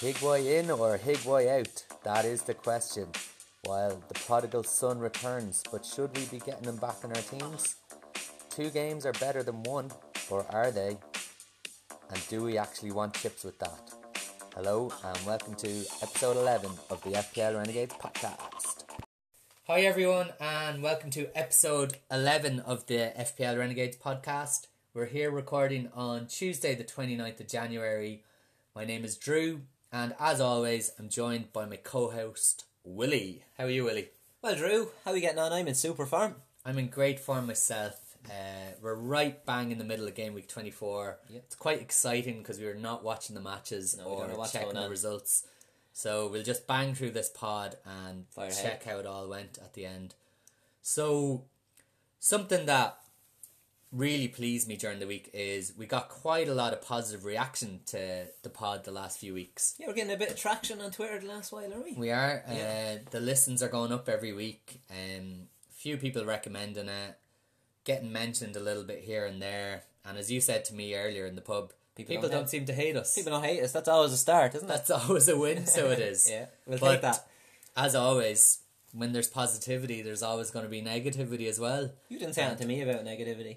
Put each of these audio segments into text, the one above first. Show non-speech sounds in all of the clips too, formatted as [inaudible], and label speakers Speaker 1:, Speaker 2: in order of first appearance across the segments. Speaker 1: Higboy in or Higboy out? That is the question. While the prodigal son returns, but should we be getting him back in our teams? Two games are better than one, or are they? And do we actually want chips with that? Hello and welcome to episode 11 of the FPL Renegades podcast. Hi everyone and welcome to episode 11 of the FPL Renegades podcast. We're here recording on Tuesday the 29th of January. My name is Drew and as always I'm joined by my co-host Willie. How are you Willie?
Speaker 2: Well, Drew, how are you getting on? I'm in super form.
Speaker 1: I'm in great form myself. Uh, we're right bang in the middle of game week 24. It's quite exciting because we were not watching the matches
Speaker 2: we don't know
Speaker 1: or
Speaker 2: what's
Speaker 1: checking
Speaker 2: going
Speaker 1: the
Speaker 2: on.
Speaker 1: results. So we'll just bang through this pod and
Speaker 2: Fire ahead.
Speaker 1: check how it all went at the end. So, something that really pleased me during the week is we got quite a lot of positive reaction to the pod the last few weeks.
Speaker 2: Yeah, we're getting a bit of traction on Twitter the last while, aren't we?
Speaker 1: We are.
Speaker 2: Yeah.
Speaker 1: Uh, the listens are going up every week. Um, few people recommending it, getting mentioned a little bit here and there. And as you said to me earlier in the pub, people,
Speaker 2: don't
Speaker 1: don't,
Speaker 2: hate-
Speaker 1: seem to hate us.
Speaker 2: People don't hate us. That's always a start, isn't it?
Speaker 1: That's always a win, so it is.
Speaker 2: [laughs] yeah, we'll
Speaker 1: But
Speaker 2: take that.
Speaker 1: As always, when there's positivity, there's always going to be negativity as well.
Speaker 2: You didn't say anything to me about negativity.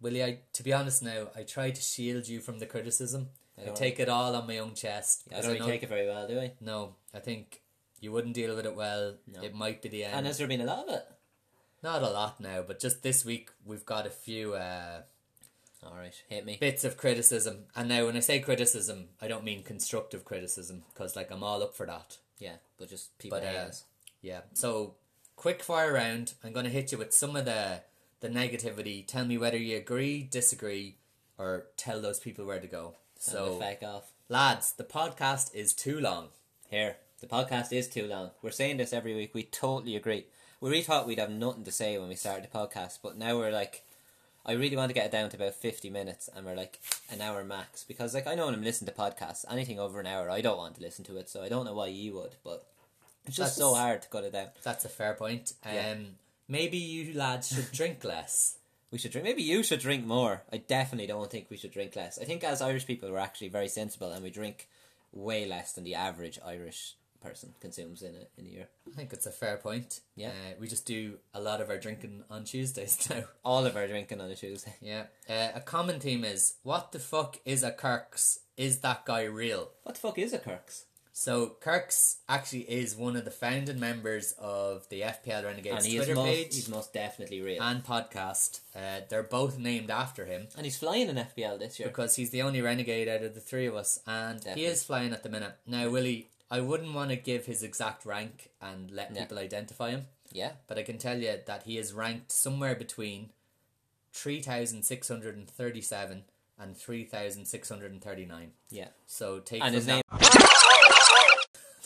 Speaker 1: Willie, I, to be honest now, I try to shield you from the criticism. I,
Speaker 2: don't-
Speaker 1: take it all on my own chest.
Speaker 2: I
Speaker 1: because
Speaker 2: don't really
Speaker 1: know-
Speaker 2: take it very well, do I?
Speaker 1: No, I think you wouldn't deal with it well. It might be the end.
Speaker 2: And has there been a lot of it?
Speaker 1: Not a lot now, but just this week we've got a few uh,
Speaker 2: All right, hit me.
Speaker 1: bits of criticism. And now, when I say criticism, I don't mean constructive criticism because, like, I'm all up for that.
Speaker 2: Yeah, but just people
Speaker 1: But
Speaker 2: hate
Speaker 1: uh,
Speaker 2: us.
Speaker 1: yeah, so quick fire round. I'm going to hit you with some of the the negativity. Tell me whether you agree, disagree, or tell those people where to go.
Speaker 2: And the
Speaker 1: So,
Speaker 2: feck off.
Speaker 1: lads, the podcast is too long.
Speaker 2: Here, the podcast is too long. We're saying this every week. We totally agree. We really thought we'd have nothing to say when we started the podcast, but now we're like, I really want to get it down to about 50 minutes, and we're like an hour max. Because, like, I know when I'm listening to podcasts, anything over an hour, I don't want to listen to it, so I don't know why you would, but it's
Speaker 1: That's-
Speaker 2: just so hard to cut it down.
Speaker 1: That's a fair point. Um,
Speaker 2: Yeah.
Speaker 1: Maybe you lads [laughs] should drink less.
Speaker 2: We should drink. Maybe you should drink more. I definitely don't think we should drink less. I think as Irish people, we're actually very sensible, and we drink way less than the average Irish person consumes in a, in a year.
Speaker 1: I think it's a fair point.
Speaker 2: Yeah.
Speaker 1: Uh, we just do a lot of our drinking on Tuesdays [laughs] now.
Speaker 2: All of our drinking on a Tuesday. [laughs]
Speaker 1: Yeah. Uh, a common theme is what the fuck is a Kirk's? Is that guy real?
Speaker 2: What the fuck is a Kirk's?
Speaker 1: So Kirk's actually is one of the founding members of the FPL Renegades
Speaker 2: and he
Speaker 1: Twitter
Speaker 2: is most,
Speaker 1: page
Speaker 2: he's most definitely real. And,
Speaker 1: and podcast. Uh, they're both named after him
Speaker 2: he's flying in FBL this year.
Speaker 1: because he's the only renegade out of the three of us, and
Speaker 2: Definitely.
Speaker 1: he is flying at the minute. Now, Willie, I wouldn't want to give his exact rank and let
Speaker 2: No.
Speaker 1: people identify him.
Speaker 2: Yeah,
Speaker 1: but I can tell you that he is ranked somewhere between 3,637 and 3,639.
Speaker 2: yeah.
Speaker 1: So take
Speaker 2: And
Speaker 1: from
Speaker 2: his name.
Speaker 1: [laughs]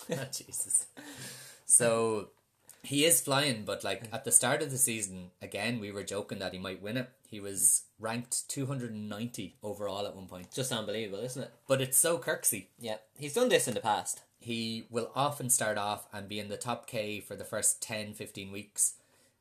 Speaker 1: that- Jesus. So he is flying, but like at the start of the season, again, we were joking that he might win it. He was ranked 290 overall at one point.
Speaker 2: Just unbelievable, isn't it?
Speaker 1: But it's so Kirksey.
Speaker 2: Yeah. He's done this in the past.
Speaker 1: he will often start off and be in the top K for the first 10, 15 weeks.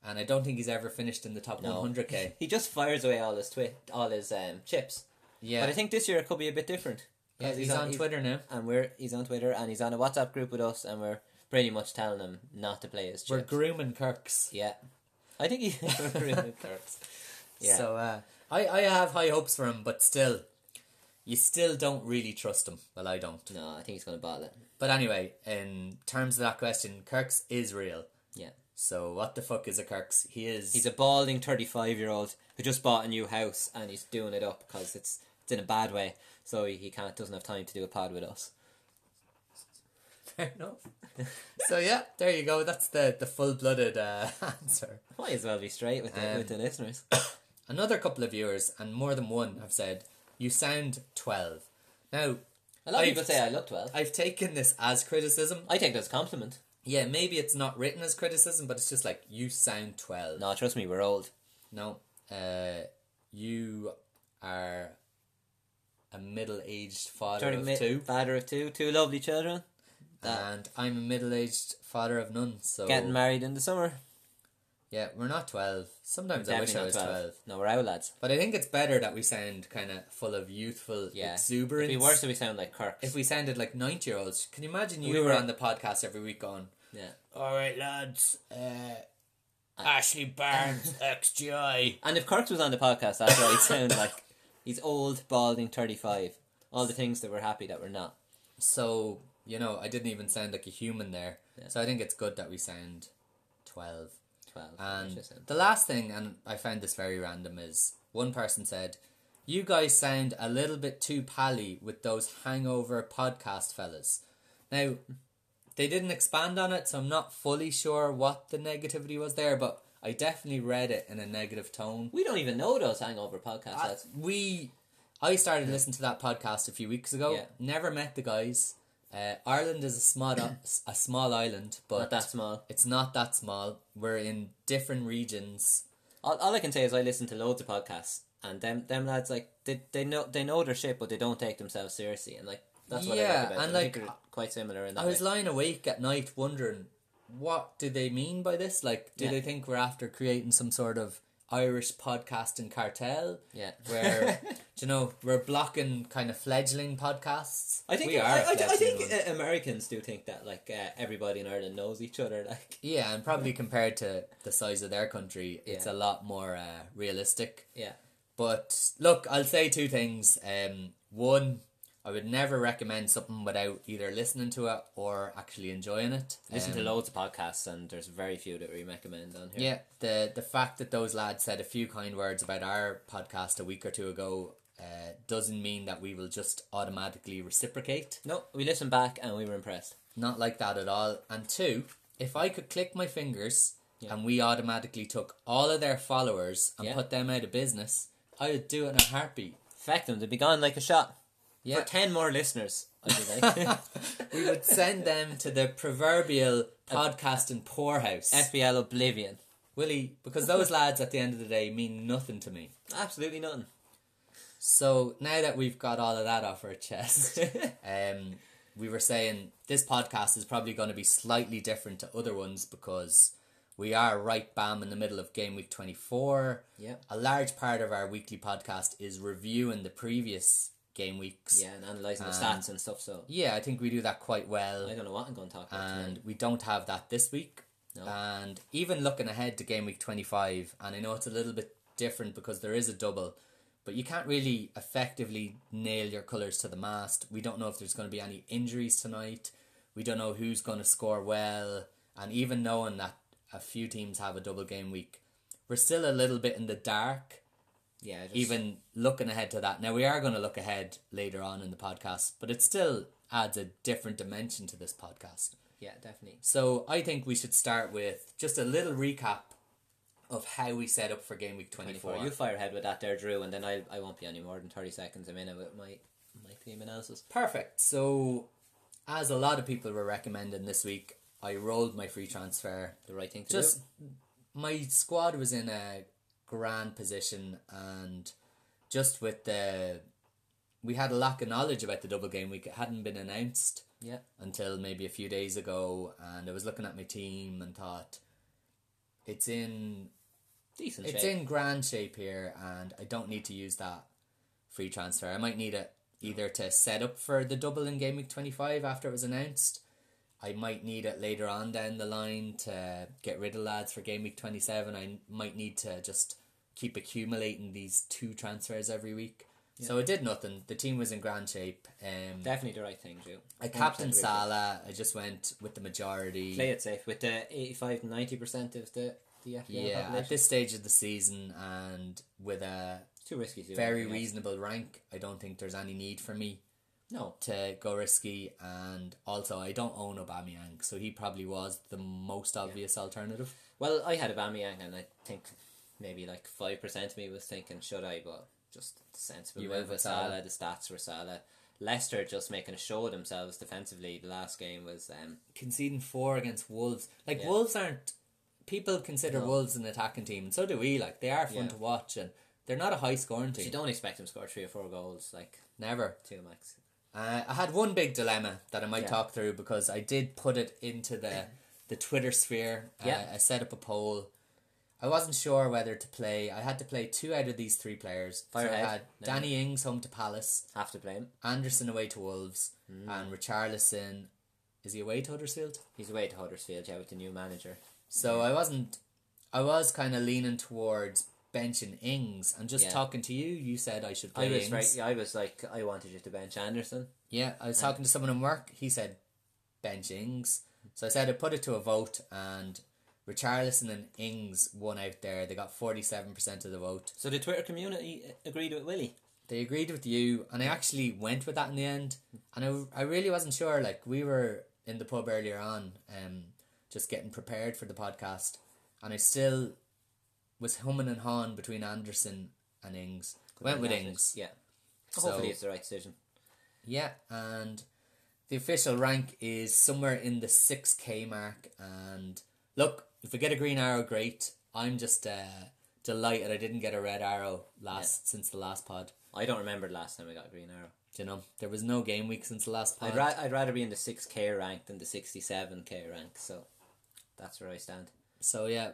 Speaker 1: And I don't think he's ever finished in the top 100K.
Speaker 2: He just fires away all his twi- all his um, chips.
Speaker 1: Yeah,
Speaker 2: [laughs] But I think this year it could be a bit different.
Speaker 1: yeah
Speaker 2: 'Cause
Speaker 1: he's, on Twitter now.
Speaker 2: and we're he's on Twitter and he's on a WhatsApp group with us and we're pretty much telling him not to play his chips.
Speaker 1: We're grooming Kirks.
Speaker 2: yeah. I think
Speaker 1: [laughs]
Speaker 2: he we're grooming Kirk's. Yeah.
Speaker 1: So uh, I, I have high hopes for him, but still, you still don't really trust him. Well, I don't.
Speaker 2: [laughs] No, I think he's gonna bottle it.
Speaker 1: But anyway, in terms of that question, Kirks is real.
Speaker 2: Yeah.
Speaker 1: So what the fuck is a Kirks? He is. [laughs]
Speaker 2: He's a balding 35 year old who just bought a new house and he's doing it up because it's, it's in a bad way. So he, he can't doesn't have time to do a pod with us.
Speaker 1: fair enough.
Speaker 2: [laughs]
Speaker 1: so yeah, there you go. That's the the full blooded uh, [laughs] answer.
Speaker 2: Might as well be straight with the,
Speaker 1: Um,
Speaker 2: with the listeners.
Speaker 1: Another couple of viewers and more than one have said, "You sound 12." Now,
Speaker 2: A lot of
Speaker 1: I've-
Speaker 2: people say I look 12.
Speaker 1: I've taken this as criticism.
Speaker 2: I take that as a compliment.
Speaker 1: Yeah, maybe it's not written as criticism, but it's just like you sound 12.
Speaker 2: No, trust me, we're old.
Speaker 1: No, uh, you are a middle-aged father
Speaker 2: Thirty
Speaker 1: of
Speaker 2: mi-
Speaker 1: two,
Speaker 2: Father of two, two lovely children. that.
Speaker 1: and I'm a middle-aged father of none. So
Speaker 2: Getting married in the summer.
Speaker 1: Yeah, we're not 12. Sometimes I wish I
Speaker 2: Definitely
Speaker 1: was
Speaker 2: not
Speaker 1: 12.
Speaker 2: 12. No, we're out, lads.
Speaker 1: But I think it's better that we sound kind of full of youthful
Speaker 2: Yeah.
Speaker 1: exuberance.
Speaker 2: It'd be worse if we sound like Kirk.
Speaker 1: if we sounded like 90 year olds. Can you imagine you
Speaker 2: We
Speaker 1: were
Speaker 2: were-
Speaker 1: on the podcast every week going,
Speaker 2: Yeah.
Speaker 1: All right, lads, uh, Ashley [laughs] Barnes, XGI.
Speaker 2: And if Kirk was on the podcast, that's what he'd sound like. He's old, balding, 35. All the things that we're happy that we're not.
Speaker 1: So, you know, I didn't even sound like a human there. So I think it's good that we sound 12.
Speaker 2: 12. which
Speaker 1: And
Speaker 2: is-
Speaker 1: the last thing, and I found this very random, is one person said, You guys sound a little bit too pally with those hangover podcast fellas. Now, they didn't expand on it, so I'm not fully sure what the negativity was there, but I definitely read it in a negative tone.
Speaker 2: We don't even know those hangover podcast
Speaker 1: I-
Speaker 2: lads.
Speaker 1: we, I started listening to that podcast a few weeks ago.
Speaker 2: Yeah.
Speaker 1: Never met the guys. Uh, Ireland is a small,
Speaker 2: [coughs]
Speaker 1: a small island, but
Speaker 2: Not that small.
Speaker 1: it's not that small. We're in different regions.
Speaker 2: All, all I can say is I listen to loads of podcasts, and them them lads like they, they know they know their shit, but they don't take themselves seriously, and like that's what I
Speaker 1: Yeah,
Speaker 2: like about.
Speaker 1: and,
Speaker 2: them. I think
Speaker 1: like,
Speaker 2: they're quite similar in that.
Speaker 1: I was
Speaker 2: way.
Speaker 1: lying awake at night wondering what do they mean by this? Like, do
Speaker 2: Yeah.
Speaker 1: they think we're after creating some sort of Irish podcasting
Speaker 2: [laughs]
Speaker 1: cartel?
Speaker 2: yeah,
Speaker 1: [laughs] Where do you know we're blocking kind of fledgling podcasts?
Speaker 2: I think
Speaker 1: we
Speaker 2: I, I, I
Speaker 1: fledgling
Speaker 2: think
Speaker 1: ones.
Speaker 2: uh, Americans do think that like uh, everybody in Ireland knows each other. [laughs] Like
Speaker 1: yeah, and probably compared to the size of their country, it's
Speaker 2: Yeah.
Speaker 1: a lot more uh, realistic.
Speaker 2: yeah,
Speaker 1: But look, I'll say two things. Um, one, I would never recommend something without either listening to it or actually enjoying it.
Speaker 2: listen
Speaker 1: Um,
Speaker 2: to loads of podcasts, and there's very few that we recommend on here.
Speaker 1: Yeah, the the fact that those lads said a few kind words about our podcast a week or two ago uh, doesn't mean that we will just automatically reciprocate.
Speaker 2: No, we listened back and we were impressed.
Speaker 1: Not like that at all. And two, if I could click my fingers and we automatically took all of their followers and
Speaker 2: Yeah.
Speaker 1: put them out of business, I would do it in a heartbeat.
Speaker 2: Fact them, they'd be gone like a shot.
Speaker 1: Yeah.
Speaker 2: For ten more listeners, I'd be like
Speaker 1: [laughs]
Speaker 2: [laughs]
Speaker 1: We would send them to the proverbial podcasting poorhouse.
Speaker 2: FBL Oblivion.
Speaker 1: Willie, because those lads at the end of the day mean nothing to me.
Speaker 2: Absolutely nothing. [laughs]
Speaker 1: So now that we've got all of that off our [laughs] chest, um, we were saying this podcast is probably going to be slightly different to other ones because we are right bam in the middle of game week 24.
Speaker 2: Yep.
Speaker 1: A large part of our weekly podcast is reviewing the previous game weeks.
Speaker 2: Yeah, and analysing the
Speaker 1: And-
Speaker 2: stats and stuff. So
Speaker 1: Yeah, I think we do that quite well
Speaker 2: I don't know what I'm going to talk about.
Speaker 1: and
Speaker 2: tonight.
Speaker 1: we don't have that this week. And even looking ahead to game week 25, and I know it's a little bit different because there is a double, but you can't really effectively nail your colours to the mast. We don't know if there's going to be any injuries tonight. We don't know who's going to score well. And even knowing that a few teams have a double game week, we're still a little bit in the dark,
Speaker 2: yeah, just,
Speaker 1: even looking ahead to that. Now, we are going to look ahead later on in the podcast, but it still adds a different dimension to this podcast.
Speaker 2: yeah, definitely.
Speaker 1: So I think we should start with just a little recap of how we set up for game week 24.
Speaker 2: Twenty-four. You fire ahead with that there, Drew, and then I I won't be any more than thirty seconds a minute with my my team analysis.
Speaker 1: Perfect. So, as a lot of people were recommending this week, I rolled my free transfer.
Speaker 2: The right thing to
Speaker 1: Just
Speaker 2: do.
Speaker 1: my squad was in a grand position, and just with the we had a lack of knowledge about the double game week. It hadn't been announced.
Speaker 2: Yeah,
Speaker 1: until maybe a few days ago, and I was looking at my team and thought, it's in
Speaker 2: decent.
Speaker 1: it's
Speaker 2: shape.
Speaker 1: in grand shape here, and I don't need to use that free transfer. I might need it either to set up for the double in game week twenty five after it was announced. I might need it later on down the line to get rid of lads for game week twenty seven. I might need to just keep accumulating these two transfers every week. So I did nothing. The team was in grand shape. Um,
Speaker 2: Definitely the right thing, Drew.
Speaker 1: I captain
Speaker 2: 100% agree.
Speaker 1: Salah. I just went with the majority.
Speaker 2: Play it safe with the 85 90 percent of the the FPL
Speaker 1: yeah, at
Speaker 2: population.
Speaker 1: this stage of the season and with a
Speaker 2: Too risky. To do
Speaker 1: very
Speaker 2: anything else.
Speaker 1: reasonable rank, I don't think there's any need for me
Speaker 2: No,
Speaker 1: to go risky. And also, I don't own Aubameyang, so he probably was the most obvious alternative.
Speaker 2: Well, I had a Bamiyang, and I think maybe like five percent of me was thinking, should I? But just sensible
Speaker 1: You went
Speaker 2: move
Speaker 1: with
Speaker 2: with Salah. The stats were Salah. Leicester just making a show of themselves defensively. The last game was um,
Speaker 1: Conceding four against Wolves, like
Speaker 2: Yeah.
Speaker 1: Wolves aren't. People consider Wolves an attacking team, and so do we. Like they are fun
Speaker 2: Yeah.
Speaker 1: to watch, and they're not a high scoring
Speaker 2: you
Speaker 1: team.
Speaker 2: don't expect him to score three or four goals, like
Speaker 1: Never.
Speaker 2: two max.
Speaker 1: Uh, I had one big dilemma that I might
Speaker 2: Yeah.
Speaker 1: talk through because I did put it into the the Twitter sphere. Uh,
Speaker 2: Yeah.
Speaker 1: I set up a poll, I wasn't sure whether to play. I had to play two out of these three players. so I
Speaker 2: Firehead,
Speaker 1: had
Speaker 2: no.
Speaker 1: Danny Ings home to Palace,
Speaker 2: Have to blame.
Speaker 1: Anderson away to Wolves,
Speaker 2: Mm.
Speaker 1: and Richarlison. Is he away to Huddersfield?
Speaker 2: He's away to Huddersfield, yeah, with the new manager.
Speaker 1: So I wasn't. I was kind of leaning towards benching Ings, and just
Speaker 2: Yeah.
Speaker 1: talking to you, you said I should play
Speaker 2: I was
Speaker 1: Ings.
Speaker 2: right. I was like, I wanted you to bench Anderson.
Speaker 1: Yeah, I was talking to someone in work. He said bench Ings. So I said I put it to a vote, and Richarlison and Ings won out there. They got 47% of the vote.
Speaker 2: So the Twitter community agreed with Willie.
Speaker 1: They agreed with you, and I actually went with that in the end. And I, I really wasn't sure. Like, we were in the pub earlier on, um, just getting prepared for the podcast, and I still was humming and hawing between Anderson and Ings. Went with Ings.
Speaker 2: Yeah.
Speaker 1: So-
Speaker 2: Hopefully it's the right decision.
Speaker 1: Yeah, and the official rank is somewhere in the 6k mark. And look, if we get a green arrow, great. I'm just uh, delighted I didn't get a red arrow last since the last pod.
Speaker 2: I don't remember the last time I got a green arrow.
Speaker 1: Do you know, there was no game week since the last pod.
Speaker 2: I'd, ra- I'd rather be in the 6k rank than the 67k rank, so that's where I stand.
Speaker 1: so, yeah,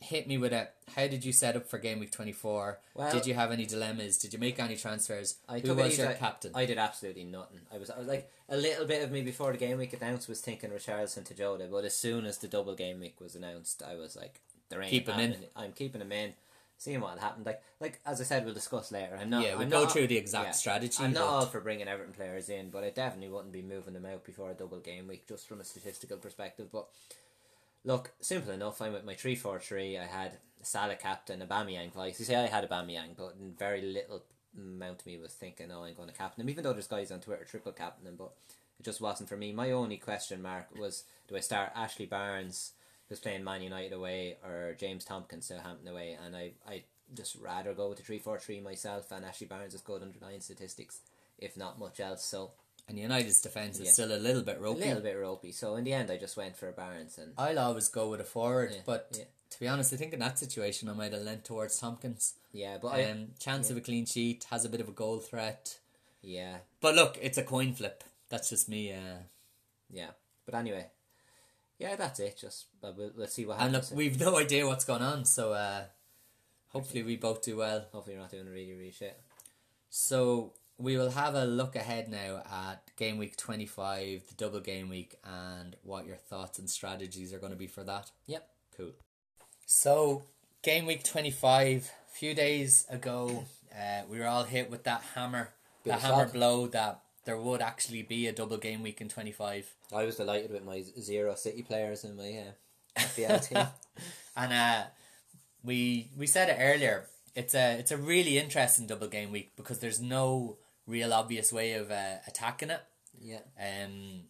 Speaker 1: hit me with it. How did you set up for game week 24?
Speaker 2: Well-
Speaker 1: did you have any dilemmas? Did you make any transfers?
Speaker 2: I
Speaker 1: Who
Speaker 2: took it
Speaker 1: was
Speaker 2: easy.
Speaker 1: your
Speaker 2: I-
Speaker 1: captain?
Speaker 2: I did absolutely nothing. I was, I was like a little bit of me before the game week announced was thinking Richarlison to Jota, but as soon as the double game week was announced, I was like, there ain't
Speaker 1: Keep him in.
Speaker 2: happening. I'm keeping him in, seeing what happened. Like, like as I said, we'll discuss later. I'm not.
Speaker 1: yeah, we'll
Speaker 2: I'm
Speaker 1: go
Speaker 2: not-
Speaker 1: through the exact
Speaker 2: yeah.
Speaker 1: strategy.
Speaker 2: I'm not
Speaker 1: but-
Speaker 2: all for bringing Everton players in, but I definitely wouldn't be moving them out before a double game week, just from a statistical perspective. But look, simple enough. I'm with my three four three. I had Salah captain, Aubameyang vice. You say I had Aubameyang, but in very little amount of me was thinking, oh, I'm going to captain him. Even though there's guys on Twitter triple captain him, but it just wasn't for me. My only question mark was, do I start Ashley Barnes? who's playing Man United away or James Tompkins Southampton away, and I I just rather go with the three four three myself. And Ashley Barnes has good underlying statistics, if not much else. So
Speaker 1: and United's defence is
Speaker 2: Yeah.
Speaker 1: still a little bit
Speaker 2: a
Speaker 1: ropey.
Speaker 2: little bit ropey. So in the end, I just went for Barnes, and
Speaker 1: I'll always go with a forward,
Speaker 2: Yeah,
Speaker 1: but
Speaker 2: yeah.
Speaker 1: to be honest, I think in that situation I might have lent towards Tompkins.
Speaker 2: Oh, yeah, but I
Speaker 1: Um, chance of a clean sheet has a bit of a goal threat,
Speaker 2: yeah
Speaker 1: but look, it's a coin flip. That's just me. Uh,
Speaker 2: yeah. But anyway, yeah, that's it. Just but we'll, we'll see what
Speaker 1: and
Speaker 2: happens.
Speaker 1: look, we've no idea what's going on, so uh, hopefully we both do well.
Speaker 2: Hopefully, you're not doing really really shit.
Speaker 1: So we will have a look ahead now at game week twenty five, the double game week, and what your thoughts and strategies are going to be for that.
Speaker 2: Yep, cool.
Speaker 1: So, game week 25, a few days ago, uh, we were all hit with that hammer, the
Speaker 2: of
Speaker 1: hammer
Speaker 2: shock.
Speaker 1: blow that there would actually be a double game week in 25.
Speaker 2: I was delighted with my zero City players in my
Speaker 1: [laughs]
Speaker 2: uh, FPL team.
Speaker 1: And uh, we we said it earlier, it's a, it's a really interesting double game week because there's no real obvious way of uh, attacking it.
Speaker 2: Yeah,
Speaker 1: Um,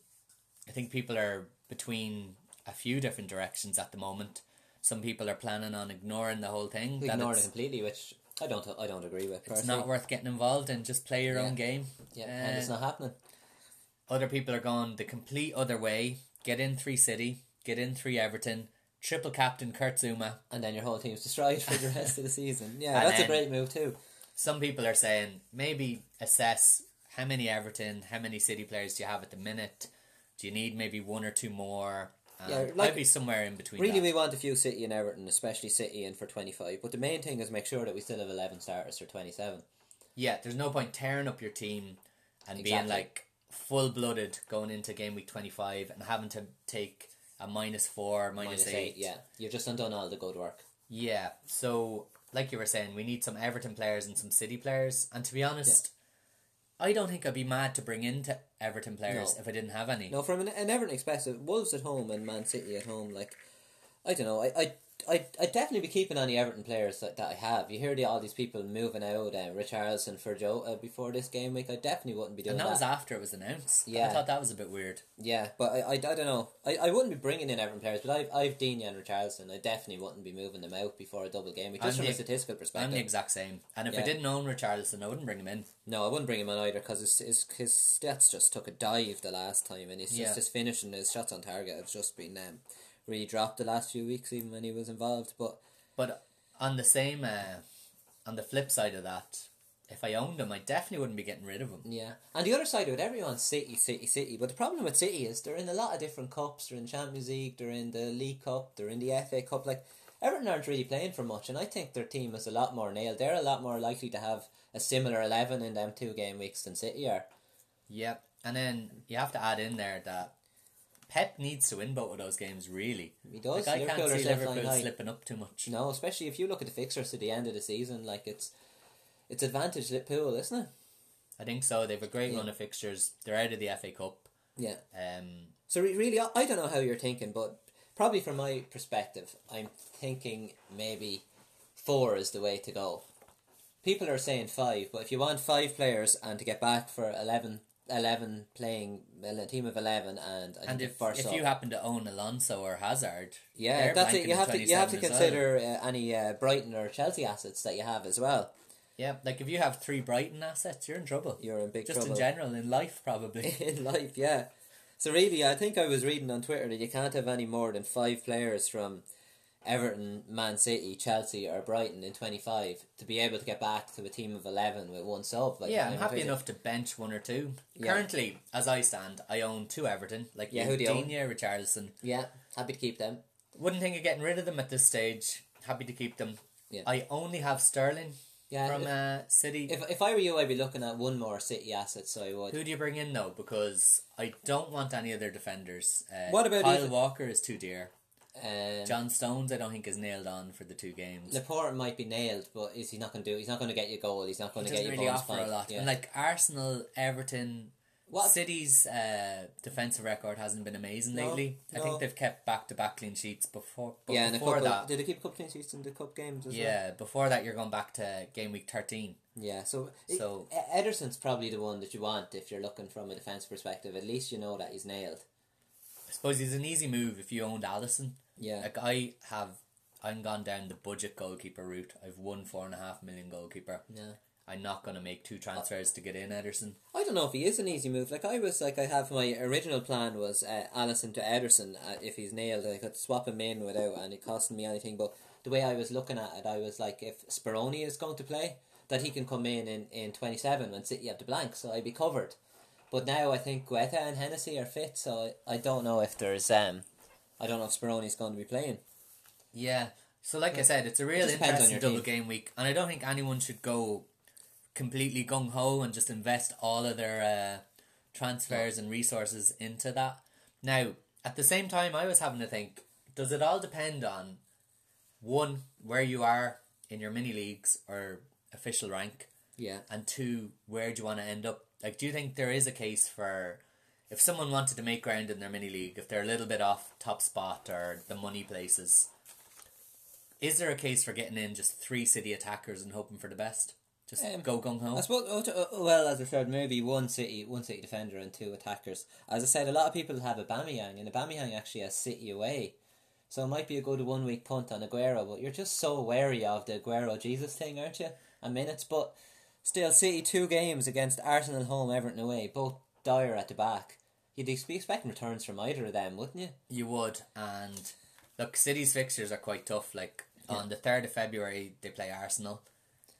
Speaker 1: I think people are between a few different directions at the moment. Some people are planning on ignoring the whole thing. that
Speaker 2: ignored it
Speaker 1: it's-
Speaker 2: completely, which I don't I don't agree with.
Speaker 1: it's
Speaker 2: personally.
Speaker 1: not worth getting involved and just play your own
Speaker 2: Yeah.
Speaker 1: game.
Speaker 2: Yeah, and it's
Speaker 1: Uh,
Speaker 2: not happening.
Speaker 1: Other people are going the complete other way. Get in three City, get in three Everton, triple captain Kurt Zuma.
Speaker 2: And then your whole team's destroyed for the rest of
Speaker 1: [laughs]
Speaker 2: the season. Yeah,
Speaker 1: And
Speaker 2: that's
Speaker 1: then-
Speaker 2: a great move too.
Speaker 1: Some people are saying maybe assess how many Everton, how many City players do you have at the minute? Do you need maybe one or two more? And
Speaker 2: Yeah, like-
Speaker 1: maybe somewhere in between.
Speaker 2: Really,
Speaker 1: that.
Speaker 2: we want a few City and Everton, especially City in for 25. But the main thing is make sure that we still have 11 starters for 27.
Speaker 1: yeah, there's no point tearing up your team and being
Speaker 2: Exactly.
Speaker 1: like full blooded going into game week 25 and having to take a minus four, minus,
Speaker 2: Minus
Speaker 1: minus
Speaker 2: eight, yeah. You've just undone all the good work.
Speaker 1: Yeah, so like you were saying, we need some Everton players and some City players. And to be honest, I don't think I'd be mad to bring in to Everton players
Speaker 2: No.
Speaker 1: if I didn't have any.
Speaker 2: No, from an, an Everton perspective, Wolves at home and Man City at home, like, I don't know, I, I, I, I'd definitely be keeping on the Everton players that, that I have. You hear the, all these people moving out, uh, Richarlison for Jota before this game week, I definitely wouldn't be doing
Speaker 1: and that
Speaker 2: that.
Speaker 1: was after it was announced. I
Speaker 2: Yeah.
Speaker 1: thought that was a bit weird.
Speaker 2: Yeah, but I, I, I don't know. I, I wouldn't be bringing in Everton players, but I've, I've Dini and Richardson. I definitely wouldn't be moving them out before a double game. week, Just
Speaker 1: I'm
Speaker 2: from
Speaker 1: the-
Speaker 2: a statistical
Speaker 1: I'm the
Speaker 2: perspective.
Speaker 1: exact same. And if I
Speaker 2: Yeah.
Speaker 1: didn't own Richarlison, I wouldn't bring him in.
Speaker 2: No, I wouldn't bring him on either because his, his, his stats just took a dive the last time and he's
Speaker 1: Yeah.
Speaker 2: just his finish and his shots on target have just been um, really dropped the last few weeks, even when he was involved. But
Speaker 1: But on the same, uh, on the flip side of that, if I owned him, I definitely wouldn't be getting rid of him.
Speaker 2: Yeah, and the other side of it, everyone's City, City, City. But the problem with City is they're in a lot of different cups. They're in Champions League. They're in the League Cup. They're in the FA Cup. Like Everton aren't really playing for much, and I think their team is a lot more nailed. They're a lot more likely to have a similar 11 in them two game weeks than City are.
Speaker 1: Yep. And then you have to add in there that Pep needs to win both of those games, really.
Speaker 2: He does.
Speaker 1: Like, I
Speaker 2: Liverpool
Speaker 1: can't
Speaker 2: are
Speaker 1: see
Speaker 2: still
Speaker 1: Liverpool
Speaker 2: flying high.
Speaker 1: slipping up too much.
Speaker 2: No, especially if you look at the fixtures to the end of the season, like it's it's advantage Liverpool, isn't it?
Speaker 1: I think so. They have a great
Speaker 2: Yeah.
Speaker 1: run of fixtures. They're out of the FA Cup.
Speaker 2: Yeah.
Speaker 1: Um,
Speaker 2: So re- really, I I don't know how you're thinking, but probably from my perspective, I'm thinking maybe four is the way to go. People are saying five, but if you want five players and to get back for 11, 11 playing a team of eleven, and I
Speaker 1: and
Speaker 2: think
Speaker 1: if,
Speaker 2: the
Speaker 1: if
Speaker 2: up-
Speaker 1: you happen to own Alonso or Hazard,
Speaker 2: yeah,
Speaker 1: they're
Speaker 2: that's
Speaker 1: blanking
Speaker 2: it. You
Speaker 1: in
Speaker 2: have to you have to
Speaker 1: 27 as well.
Speaker 2: consider uh, any uh, Brighton or Chelsea assets that you have as well.
Speaker 1: Yeah, like if you have three Brighton assets, you're in trouble.
Speaker 2: You're in big
Speaker 1: Just
Speaker 2: trouble.
Speaker 1: in general, in life, probably.
Speaker 2: [laughs] in life, yeah. So really, I think I was reading on Twitter that you can't have any more than five players from Everton, Man City, Chelsea, or Brighton in twenty five to be able to get back to a team of eleven with one sub. Like
Speaker 1: yeah, I'm
Speaker 2: I'm
Speaker 1: happy
Speaker 2: afraid-
Speaker 1: enough to bench one or two.
Speaker 2: Yeah.
Speaker 1: Currently, as I stand, I own two Everton. Like
Speaker 2: Yeah, who do you own?
Speaker 1: Digne, Richarlison.
Speaker 2: Yeah, happy to keep them.
Speaker 1: Wouldn't think of getting rid of them at this stage. Happy to keep them.
Speaker 2: Yeah.
Speaker 1: I only have Sterling
Speaker 2: Yeah.
Speaker 1: from
Speaker 2: if-
Speaker 1: uh, City.
Speaker 2: if if I were you, I'd be looking at one more City asset. So I would.
Speaker 1: Who do you bring in though? Because I don't want any other defenders. Uh,
Speaker 2: What about
Speaker 1: Kyle
Speaker 2: if-
Speaker 1: Walker? Is too dear.
Speaker 2: Um,
Speaker 1: John Stones, I don't think is nailed on for the two games.
Speaker 2: Laporte might be nailed, but is he not going to do? He's not going to get you goal. He's not going
Speaker 1: He
Speaker 2: to get
Speaker 1: doesn't
Speaker 2: you
Speaker 1: really
Speaker 2: bonus
Speaker 1: offer a
Speaker 2: point.
Speaker 1: lot.
Speaker 2: Yeah.
Speaker 1: And like Arsenal, Everton,
Speaker 2: What-
Speaker 1: City's uh, defensive record hasn't been amazing
Speaker 2: No,
Speaker 1: lately. I
Speaker 2: no.
Speaker 1: think they've kept back to back clean sheets before. But
Speaker 2: yeah, and a
Speaker 1: before
Speaker 2: couple.
Speaker 1: that,
Speaker 2: Did they keep a couple clean sheets in the cup games? As Well?
Speaker 1: yeah, before that, you're going back to game week thirteen.
Speaker 2: Yeah, so,
Speaker 1: So-
Speaker 2: so Ederson's probably the one that you want if you're looking from a defence perspective. At least you know that he's nailed.
Speaker 1: I suppose it's an easy move if you owned Allison.
Speaker 2: Yeah.
Speaker 1: like I have. I'm gone down the budget goalkeeper route. I've won four and a half million goalkeeper.
Speaker 2: Yeah.
Speaker 1: I'm not going to make
Speaker 2: Uh,
Speaker 1: two transfers to get in Ederson.
Speaker 2: I don't know if he is an easy move. Like I was, like I have my original plan was uh, Allison to Ederson. Uh, if he's nailed, I could swap him in without, and it costing me anything. But the way I was looking at it, I was like, if Speroni is going to play, that he can come in in, in twenty seven when City have the blank, so I'd be covered. But now I think Guetta and Hennessy are fit, so I, I don't know if there's um, I don't know if Speroni's going to be playing.
Speaker 1: Yeah. So, like I said, it's a real
Speaker 2: just depends on
Speaker 1: interesting
Speaker 2: your
Speaker 1: double
Speaker 2: team.
Speaker 1: game week, and I don't think anyone should go completely gung ho and just invest all of their uh, transfers and resources into that. Now, at the same time, I was having to think: Does it all depend on one where you are in your mini leagues or official rank?
Speaker 2: Yeah.
Speaker 1: and two, where do you want to end up? Like, do you think there is a case for if someone wanted to make ground in their mini league, if they're a little bit off top spot or the money places, is there a case for getting in just three city attackers and hoping for the best? Just
Speaker 2: Um,
Speaker 1: go gung ho.
Speaker 2: I suppose, oh, to- oh, well, as I said, maybe one city, one city defender and two attackers. As I said, a lot of people have Aubameyang, and Aubameyang actually has City away, so it might be a good one-week punt on Aguero. But you're just so wary of the Aguero Jesus thing, aren't you? And minutes, but still, City two games against Arsenal home, Everton away, both dire at the back. You'd ex- be expecting returns from either of them, wouldn't you?
Speaker 1: You would, and look, City's fixtures are quite tough. Like on the third of February, they play Arsenal.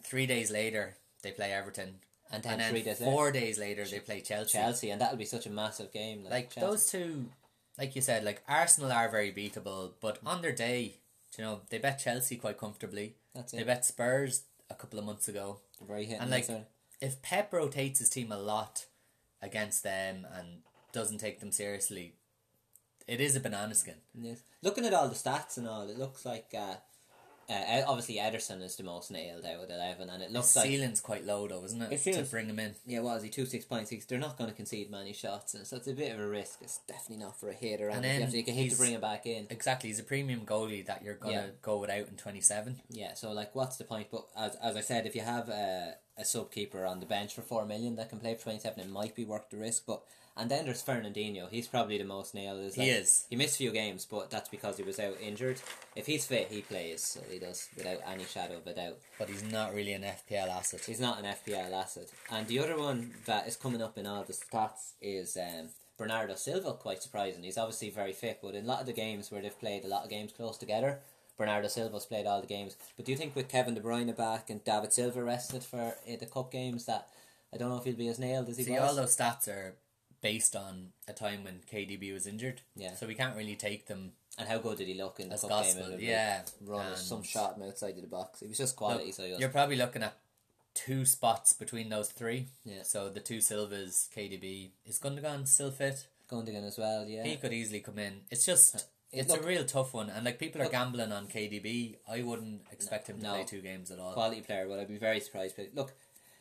Speaker 1: Three days later, they play Everton,
Speaker 2: And then
Speaker 1: and then
Speaker 2: three days later,
Speaker 1: four days later, they play
Speaker 2: Chelsea, and that'll be such a massive game. Like,
Speaker 1: like
Speaker 2: Chelsea.
Speaker 1: those two, like you said, like Arsenal are very beatable, but on their day, you know, they bet Chelsea quite comfortably.
Speaker 2: That's
Speaker 1: They
Speaker 2: it.
Speaker 1: bet Spurs a couple of months ago.
Speaker 2: Very hit
Speaker 1: And like, if Pep rotates his team a lot against them and doesn't take them seriously, it is a banana skin.
Speaker 2: Yes. Looking at all the stats and all, it looks like uh, uh, obviously Ederson is the most nailed out of eleven, and it looks like
Speaker 1: ceiling's quite low though, isn't it?
Speaker 2: His
Speaker 1: To
Speaker 2: ceiling's-
Speaker 1: bring him in.
Speaker 2: yeah, what is he two six point six? They're not going to concede many shots, and so it's a bit of a risk. It's definitely not for a hitter, and,
Speaker 1: then
Speaker 2: you have to, you can hit to
Speaker 1: he's-
Speaker 2: bring him back in.
Speaker 1: Exactly, he's a premium goalie that you're gonna
Speaker 2: Yeah.
Speaker 1: go without in twenty seven.
Speaker 2: Yeah, so like, what's the point? But as as I said, if you have a a sub keeper on the bench for four million that can play for twenty seven, it might be worth the risk. But and then there's Fernandinho. He's probably the most nailed. Is
Speaker 1: He is.
Speaker 2: He missed a few games, but that's because he was out injured. If he's fit, he plays. So he does without any shadow of a doubt.
Speaker 1: But he's not really an FPL asset.
Speaker 2: He's not an FPL asset. And the other one that is coming up in all the stats is um, Bernardo Silva, quite surprising. He's obviously very fit, but in a lot of the games where they've played a lot of games close together, Bernardo Silva's played all the games. But do you think with Kevin De Bruyne back and David eh, Silva rested for uh, the cup games that I don't know if he'll be as nailed as he
Speaker 1: See,
Speaker 2: was?
Speaker 1: all those stats are based on a time when KDB was injured.
Speaker 2: Yeah.
Speaker 1: So we can't really take them
Speaker 2: And how good did he look in the
Speaker 1: as
Speaker 2: cup game?
Speaker 1: gospel.
Speaker 2: It was, like,
Speaker 1: Yeah.
Speaker 2: run or
Speaker 1: and
Speaker 2: some shot from outside of the box. It was just
Speaker 1: look,
Speaker 2: quality. so he was-
Speaker 1: you're probably looking at two spots between those three.
Speaker 2: Yeah.
Speaker 1: So the two Silvers, KDB, is Gundogan still fit?
Speaker 2: Gundogan as well. Yeah, Uh,
Speaker 1: He could easily come in. It's just.
Speaker 2: It
Speaker 1: It's
Speaker 2: look-
Speaker 1: a real tough one, and like people are
Speaker 2: Look-
Speaker 1: gambling on KDB. I wouldn't expect him to
Speaker 2: No.
Speaker 1: play two games at all.
Speaker 2: quality player, but I'd be very surprised. But look,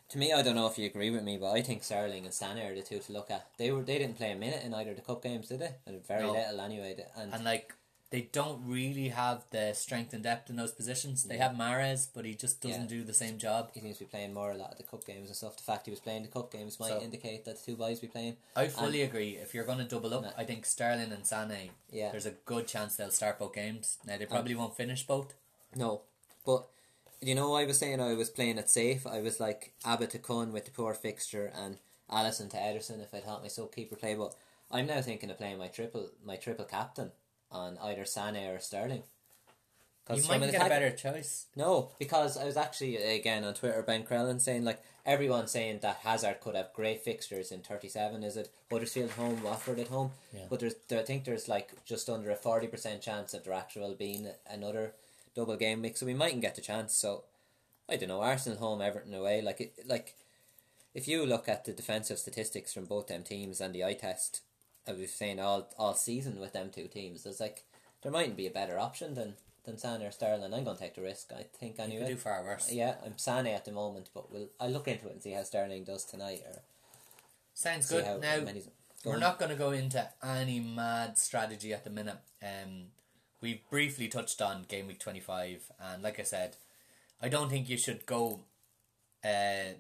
Speaker 2: to me, I don't know if you agree with me, but I think Sterling and Sané are the two to look at. They were they didn't play a minute in either of the cup games, did they? And very
Speaker 1: No.
Speaker 2: little anyway. th- And,
Speaker 1: and like they don't really have the strength and depth in those positions. They have Mares, but he just doesn't
Speaker 2: Yeah.
Speaker 1: do the same job.
Speaker 2: he seems to be playing more a lot of the cup games and stuff. The fact he was playing the cup games might
Speaker 1: So-
Speaker 2: indicate that the two boys be playing.
Speaker 1: I fully agree. If you're going to double up,
Speaker 2: No.
Speaker 1: I think Sterling and Sané.
Speaker 2: Yeah.
Speaker 1: there's a good chance they'll start both games. Now they probably won't finish both.
Speaker 2: No, but you know, I was saying I was playing it safe. I was like Abba to Kun with the poor fixture and Allison to Ederson if I thought my subkeeper play. But I'm now thinking of playing my triple, my triple captain on either Sané or Sterling.
Speaker 1: You
Speaker 2: Because
Speaker 1: might get a better choice.
Speaker 2: No, because I was actually again on Twitter Ben Crellin saying like everyone saying that Hazard could have great fixtures in thirty seven. Is it Huddersfield home, Watford at home?
Speaker 1: Yeah.
Speaker 2: But there's there, I think there's like just under a forty percent chance of there actual being another double game week, so we mightn't get the chance. So I don't know Arsenal home, Everton away. Like it like if you look at the defensive statistics from both them teams and the eye test, I was saying all all season with them two teams, there's like there mightn't be a better option than than Sané or Sterling. I'm gonna take the risk. I think
Speaker 1: You could
Speaker 2: anyway.
Speaker 1: do far worse.
Speaker 2: Yeah, I'm Sané at the moment, but we'll I will look into it and see how Sterling does tonight or
Speaker 1: Sounds
Speaker 2: see
Speaker 1: good.
Speaker 2: how
Speaker 1: now
Speaker 2: many's
Speaker 1: we're
Speaker 2: going.
Speaker 1: not going to go into any mad strategy at the minute. Um, we briefly touched on game week twenty five, and like I said, I don't think you should go, uh,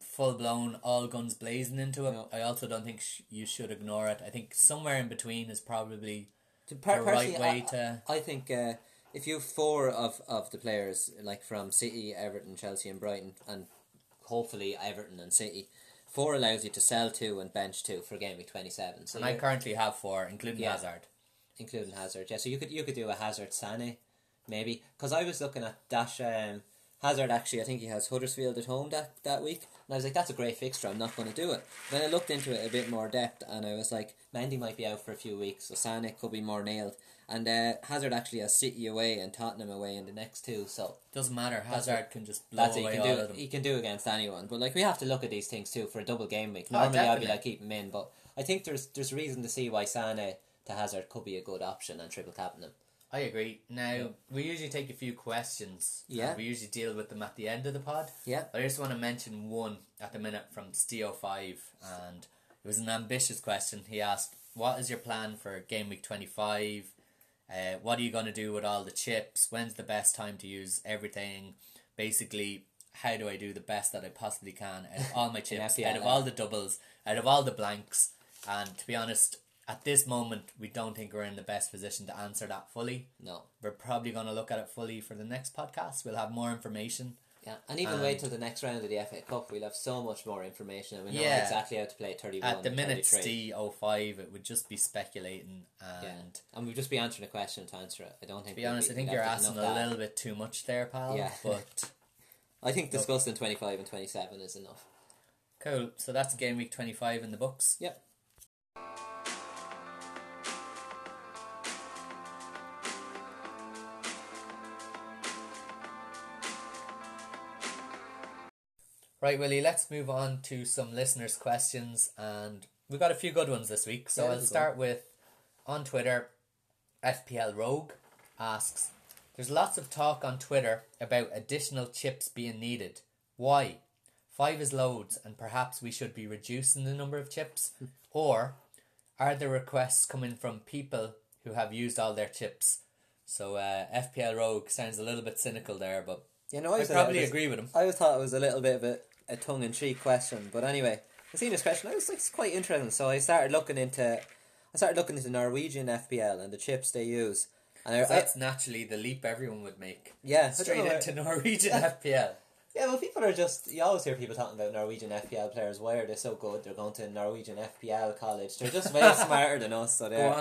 Speaker 1: full blown all guns blazing into it.
Speaker 2: No.
Speaker 1: I also don't think sh- you should ignore it. I think somewhere in between is probably
Speaker 2: To per-
Speaker 1: the
Speaker 2: personally,
Speaker 1: right
Speaker 2: I-
Speaker 1: way to-
Speaker 2: I think uh, if you have four of, of the players like from City, Everton, Chelsea, and Brighton, and hopefully Everton and City, four allows you to sell two and bench two for game week twenty seven. So
Speaker 1: and I
Speaker 2: you're-
Speaker 1: currently have four, including
Speaker 2: Yeah.
Speaker 1: Hazard.
Speaker 2: including Hazard. Yeah, so you could you could do a Hazard Sane, maybe because I was looking at Dash um, Hazard actually. I think he has Huddersfield at home that that week, and I was like, that's a great fixture. I'm not going to do it. Then I looked into it a bit more depth, and I was like, Mendy might be out for a few weeks, so Sane could be more nailed. And uh, Hazard actually has City away and Tottenham away in the next two, so
Speaker 1: Doesn't matter.
Speaker 2: That's
Speaker 1: Hazard can just blow
Speaker 2: that's it.
Speaker 1: away
Speaker 2: He
Speaker 1: all
Speaker 2: can do
Speaker 1: of them.
Speaker 2: he can do against anyone. But like we have to look at these things too for a double game week.
Speaker 1: Oh,
Speaker 2: Normally I'd be
Speaker 1: definitely.
Speaker 2: like keep him in, but I think there's there's reason to see why Sane to Hazard could be a good option and triple captain him.
Speaker 1: I agree. Now we usually take a few questions.
Speaker 2: Yeah.
Speaker 1: and we usually deal with them at the end of the pod.
Speaker 2: Yeah.
Speaker 1: I just want to mention one at the minute from Steo Five, and it was an ambitious question. He asked, "What is your plan for game week twenty five? Uh, what are you going to do with all the chips? When's the best time to use everything? Basically, how do I do the best that I possibly can out of all
Speaker 2: [laughs]
Speaker 1: my chips,
Speaker 2: FPL,
Speaker 1: out of
Speaker 2: eh?
Speaker 1: all the doubles, out of all the blanks?" And to be honest, at this moment, we don't think we're in the best position to answer that fully
Speaker 2: No.
Speaker 1: we're probably going to look at it fully for the next podcast. We'll have more information.
Speaker 2: Yeah, and even
Speaker 1: And-
Speaker 2: wait till the next round of the FA Cup, we'll have so much more information and we know
Speaker 1: Yeah.
Speaker 2: exactly how to play 31
Speaker 1: At the
Speaker 2: and
Speaker 1: minute,
Speaker 2: 33.
Speaker 1: D05, it would just be speculating. And
Speaker 2: Yeah. And we'll just be answering a question to answer it. I don't think
Speaker 1: to be
Speaker 2: we'll
Speaker 1: honest, I think
Speaker 2: we'll
Speaker 1: you're
Speaker 2: have
Speaker 1: asking
Speaker 2: enough
Speaker 1: a
Speaker 2: data.
Speaker 1: little bit too much there, pal.
Speaker 2: Yeah. [laughs]
Speaker 1: But
Speaker 2: I think discussing 25 and 27 is enough.
Speaker 1: cool. So that's game week 25 in the books.
Speaker 2: Yep.
Speaker 1: Right, Willie, let's move on to some listeners' questions. And we've got a few good ones this week. So
Speaker 2: Yeah,
Speaker 1: I'll
Speaker 2: there's
Speaker 1: start with on Twitter, FPL Rogue asks There's lots of talk on Twitter about additional chips being needed. Why? Five is loads, and perhaps we should be reducing the number of
Speaker 2: [laughs]
Speaker 1: chips? or are there requests coming from people who have used all their chips? So uh, FPL Rogue sounds a little bit cynical there, but
Speaker 2: You know, I,
Speaker 1: I
Speaker 2: was a little
Speaker 1: probably
Speaker 2: bit-
Speaker 1: agree with him.
Speaker 2: I always thought it was a little bit of a, a tongue in cheek question, but anyway, I seen this question. I was like, it's quite interesting. So I started looking into, I started looking into Norwegian FPL and the chips they use. And I, I-
Speaker 1: that's naturally the leap everyone would make.
Speaker 2: yeah, I don't
Speaker 1: straight
Speaker 2: know where-
Speaker 1: into
Speaker 2: [laughs]
Speaker 1: Norwegian FPL.
Speaker 2: Yeah, well, people are just. You always hear people talking about Norwegian FPL players. Why are they so good? They're going to Norwegian FPL college. They're just
Speaker 1: [laughs]
Speaker 2: way smarter than us. So
Speaker 1: Go
Speaker 2: they're.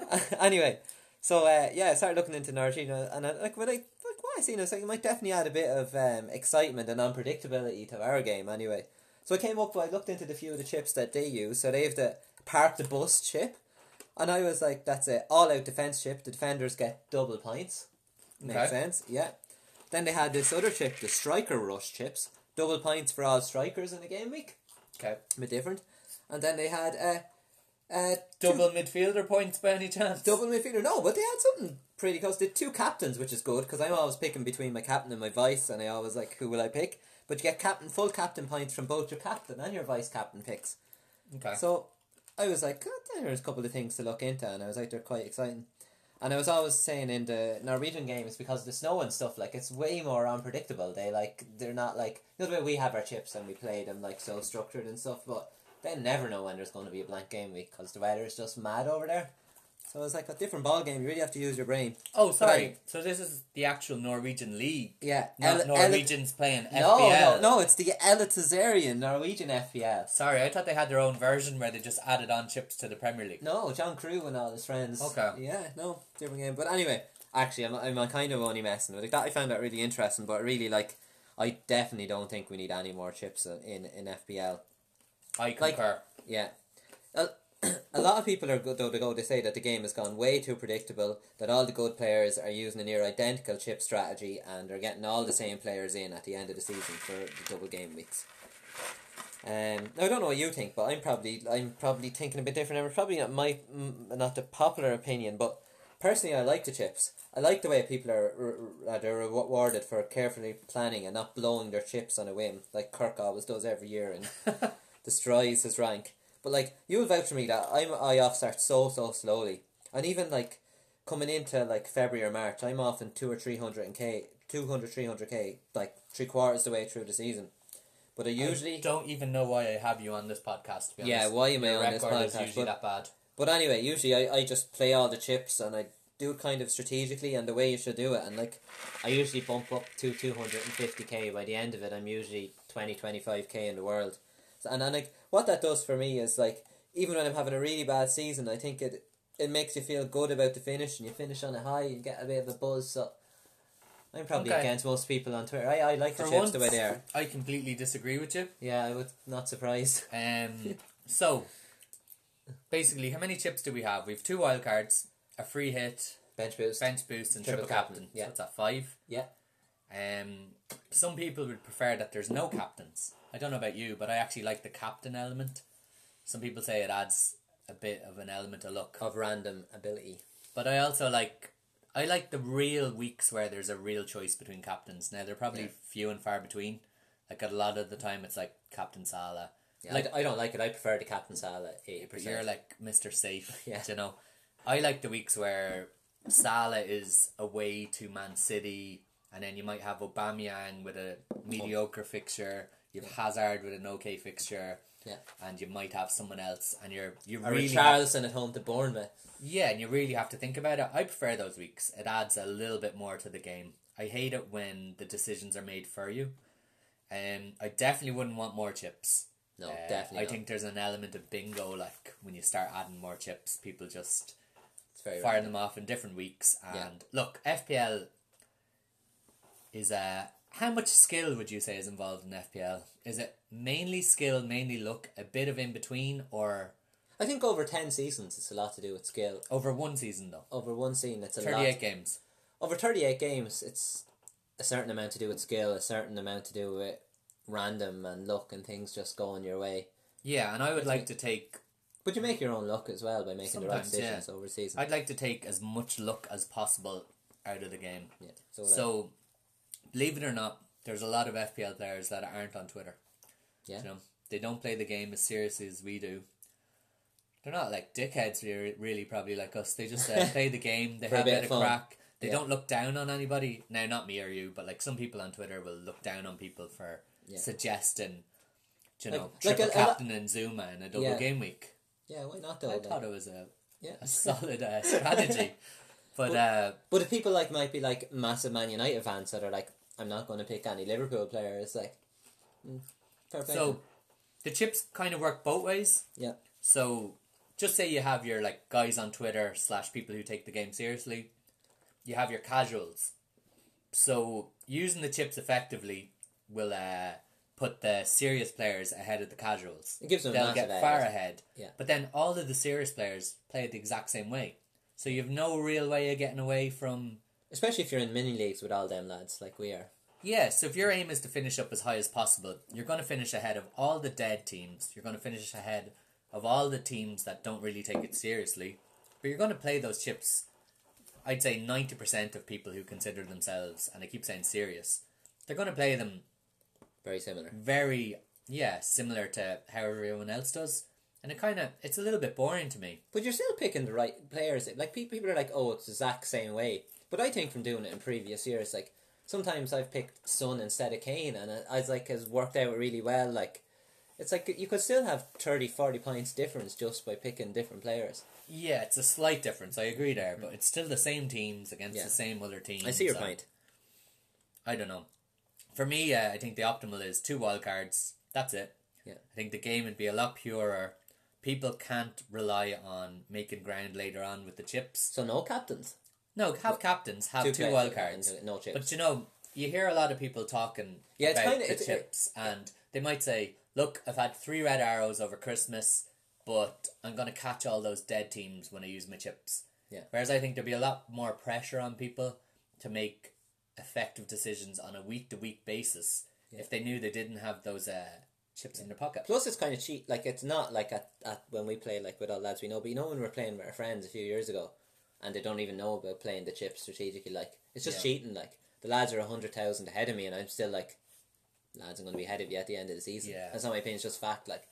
Speaker 1: on.
Speaker 2: [laughs] anyway, so uh, yeah, I started looking into Norwegian, and I, like when I like what I seen, I was like, it might definitely add a bit of um, excitement and unpredictability to our game. Anyway, so I came up. I looked into the few of the chips that they use. So they have the park the bus chip. And I was like, that's it, all out defence chip. The defenders get double points. Makes
Speaker 1: Okay.
Speaker 2: sense, yeah. Then they had this other chip, the striker rush chips. Double points for all strikers in the game week.
Speaker 1: Okay.
Speaker 2: A bit different. And then they had uh, uh,
Speaker 1: Double midfielder points by any chance?
Speaker 2: double midfielder. No, but they had something pretty close. They had two captains, which is good because I'm always picking between my captain and my vice, and I always like who will I pick. But you get captain full captain points from both your captain and your vice captain picks.
Speaker 1: Okay.
Speaker 2: So I was like, God, there's a couple of things to look into, and I was like, they're quite exciting. And I was always saying in the Norwegian games because of the snow and stuff, like it's way more unpredictable. They like they're not like you know the way we have our chips and we play them like so structured and stuff, but they never know when there's going to be a blank game week because the weather is just mad over there. So it's like a different ball game. You really have to use your brain.
Speaker 1: oh, sorry.
Speaker 2: Right.
Speaker 1: So this is the actual Norwegian league,
Speaker 2: Yeah,
Speaker 1: not
Speaker 2: Ele- Ele-
Speaker 1: Norwegians playing
Speaker 2: no,
Speaker 1: FPL.
Speaker 2: no, no, it's the Elitizerian Norwegian FPL.
Speaker 1: Sorry, I thought they had their own version where they just added on chips to the Premier League.
Speaker 2: No, John Crew and all his friends.
Speaker 1: Okay.
Speaker 2: Yeah, no, different game. But anyway, actually, I'm, I'm kind of only messing with it. That I found that really interesting, but really, like, I definitely don't think we need any more chips in, in FBL.
Speaker 1: I concur.
Speaker 2: Yeah. A, [clears throat] a lot of people are good, though, to go to say that the game has gone way too predictable, that all the good players are using a near identical chip strategy and are getting all the same players in at the end of the season for the double game weeks. Um, now I don't know what you think, but I'm probably I'm probably thinking a bit different. I'm probably not my mm, not the popular opinion, but personally I like the chips. I like the way people are r- r- they're rewarded for carefully planning and not blowing their chips on a whim, like Kirk always does every year and destroys his rank. But like you'll vouch for me that I'm I off start so so slowly, and even like coming into like February or March, I'm off in two or three hundred and k, 200, 300 k, like three quarters of the way through the season. But I usually
Speaker 1: I don't even know why I have you on this podcast. To be
Speaker 2: Yeah,
Speaker 1: honest.
Speaker 2: why am I
Speaker 1: Your
Speaker 2: on this
Speaker 1: record Is
Speaker 2: podcast,
Speaker 1: usually
Speaker 2: but-
Speaker 1: that bad.
Speaker 2: But anyway, usually I, I just play all the chips and I do it kind of strategically and the way you should do it. And like, I usually bump up to 250k. By the end of it, I'm usually 20, 25k in the world. So, and, and like, what that does for me is like, even when I'm having a really bad season, I think it it makes you feel good about the finish and you finish on a high and get a bit of a buzz. So I'm probably
Speaker 1: Okay.
Speaker 2: against most people on Twitter. I, I like the
Speaker 1: For
Speaker 2: chips the way
Speaker 1: once-
Speaker 2: they are.
Speaker 1: I completely disagree with you.
Speaker 2: Yeah, I was not surprised.
Speaker 1: Um, so basically, how many chips do we have? We have two wild cards, a free hit,
Speaker 2: [laughs] Bench boost.
Speaker 1: bench boost, and triple,
Speaker 2: Triple
Speaker 1: captain.
Speaker 2: captain, yeah.
Speaker 1: So it's at five.
Speaker 2: Yeah.
Speaker 1: Um, some people would prefer that there's no captains. I don't know about you, but I actually like the captain element. Some people say it adds a bit of an element of luck,
Speaker 2: Of random ability.
Speaker 1: but I also like. I like the real weeks where there's a real choice between captains. Now they're probably
Speaker 2: Yeah.
Speaker 1: few and far between. Like a lot of the time, it's like Captain Salah.
Speaker 2: Yeah,
Speaker 1: like
Speaker 2: I, I don't like it. I prefer the captain Salah at 80%.
Speaker 1: but you're like Mr. Safe.
Speaker 2: [laughs] Yeah.
Speaker 1: You know, I like the weeks where Salah is away to Man City, and then you might have Aubameyang with a mediocre fixture. You have Hazard with an okay fixture,
Speaker 2: yeah.
Speaker 1: and you might have someone else, and you're you
Speaker 2: Or
Speaker 1: really have-
Speaker 2: Charleston at home to Bournemouth.
Speaker 1: yeah, and you really have to think about it. I prefer those weeks. It adds a little bit more to the game. I hate it when the decisions are made for you. Um, I definitely wouldn't want more chips.
Speaker 2: No,
Speaker 1: Uh,
Speaker 2: definitely.
Speaker 1: I
Speaker 2: not.
Speaker 1: think there's an element of bingo, like when you start adding more chips, people just
Speaker 2: it's very
Speaker 1: fire
Speaker 2: right.
Speaker 1: them off in different weeks. And
Speaker 2: Yeah.
Speaker 1: look, FPL is a. How much skill would you say is involved in FPL? Is it mainly skill, mainly luck, a bit of in between, or
Speaker 2: I think over 10 seasons, it's a lot to do with skill.
Speaker 1: over one season though?
Speaker 2: Over one season, it's a lot.
Speaker 1: 38 games.
Speaker 2: Over 38 games, it's a certain amount to do with skill, a certain amount to do with random and luck and things just going your way.
Speaker 1: Yeah, and I would like to take.
Speaker 2: But you make your own luck as well by making the right
Speaker 1: Sometimes, yeah.
Speaker 2: decisions over the season.
Speaker 1: I'd like to take as much luck as possible out of the game.
Speaker 2: yeah. So, would I.
Speaker 1: So, believe it or not, there's a lot of FPL players that aren't on Twitter.
Speaker 2: Yeah.
Speaker 1: You know, they don't play the game as seriously as we do. They're not like dickheads, re- really, probably like us. They just
Speaker 2: [laughs]
Speaker 1: uh, play the game, they
Speaker 2: For a
Speaker 1: have a
Speaker 2: bit
Speaker 1: bit
Speaker 2: of
Speaker 1: of
Speaker 2: fun.
Speaker 1: crack. They
Speaker 2: Yeah.
Speaker 1: don't look down on anybody. Now, not me or you, but like some people on Twitter will look down on people for
Speaker 2: Yeah.
Speaker 1: suggesting, you
Speaker 2: Like-
Speaker 1: know,
Speaker 2: like
Speaker 1: triple
Speaker 2: a- a lot-
Speaker 1: captain and Zuma in a double
Speaker 2: Yeah.
Speaker 1: game week.
Speaker 2: yeah, why not though?
Speaker 1: I
Speaker 2: like?
Speaker 1: thought it was a,
Speaker 2: yeah.
Speaker 1: a solid uh,
Speaker 2: [laughs]
Speaker 1: strategy. But, uh,
Speaker 2: But if people like might be like massive Man United fans that are like, I'm not going to pick any Liverpool players, like, mm, fair play to
Speaker 1: so
Speaker 2: them.
Speaker 1: the chips kind of work both ways.
Speaker 2: yeah,
Speaker 1: So just say you have your like guys on Twitter slash people who take the game seriously. You have your casuals. So using the chips effectively will uh, put the serious players ahead of the casuals.
Speaker 2: It gives them a
Speaker 1: They'll
Speaker 2: massive
Speaker 1: get
Speaker 2: edge.
Speaker 1: far ahead.
Speaker 2: Yeah.
Speaker 1: But then all of the serious players play it the exact same way. So you've no real way of getting away from
Speaker 2: Especially if you're in mini leagues with all them lads like we are.
Speaker 1: Yeah, so if your aim is to finish up as high as possible, you're going to finish ahead of all the dead teams. You're going to finish ahead of all the teams that don't really take it seriously. But you're going to play those chips. I'd say 90% of people who consider themselves, and I keep saying serious, they're going to play them
Speaker 2: Very similar.
Speaker 1: Mm. very, yeah, similar to how everyone else does. And it kind of, it's a little bit boring to me.
Speaker 2: But you're still picking the right players. Like pe- people are like, oh, it's the exact same way. But I think from doing it in previous years, like sometimes I've picked Son instead of Kane, and it, it's like has worked out really well. Like it's like you could still have 30, 40 points difference just by picking different players.
Speaker 1: Yeah, it's a slight difference, I agree there, but it's still the same teams against
Speaker 2: Yeah.
Speaker 1: the same other teams.
Speaker 2: I see your
Speaker 1: and-
Speaker 2: point.
Speaker 1: I don't know. For me, uh, I think the optimal is two wild cards. That's it.
Speaker 2: Yeah.
Speaker 1: I think the game would be a lot purer. People can't rely on making ground later on with the chips.
Speaker 2: So no captains.
Speaker 1: No, have captains, have two,
Speaker 2: players
Speaker 1: wild
Speaker 2: and uh,
Speaker 1: cards.
Speaker 2: No chips.
Speaker 1: But you know, you hear a lot of people talking
Speaker 2: Yeah, it's
Speaker 1: about
Speaker 2: kinda-
Speaker 1: the
Speaker 2: it's- it-
Speaker 1: chips, and they might say, "Look, I've had three red arrows over Christmas, but I'm going to catch all those dead teams when I use my chips."
Speaker 2: Yeah.
Speaker 1: Whereas I think there'd be a lot more pressure on people to make effective decisions on a week to week basis if they knew they didn't have those uh, chips in their pocket.
Speaker 2: Plus, it's kind of cheap. Like it's not like at, at when we play like with our lads we know, but you know when we were playing with our friends a few years ago, and they don't even know about playing the chips strategically. Like it's just
Speaker 1: Yeah.
Speaker 2: cheating. Like the lads are a hundred thousand ahead of me, and I'm still like, lads, I'm going to be ahead of you at the end of the season.
Speaker 1: Yeah.
Speaker 2: That's not my opinion. It's just fact. Like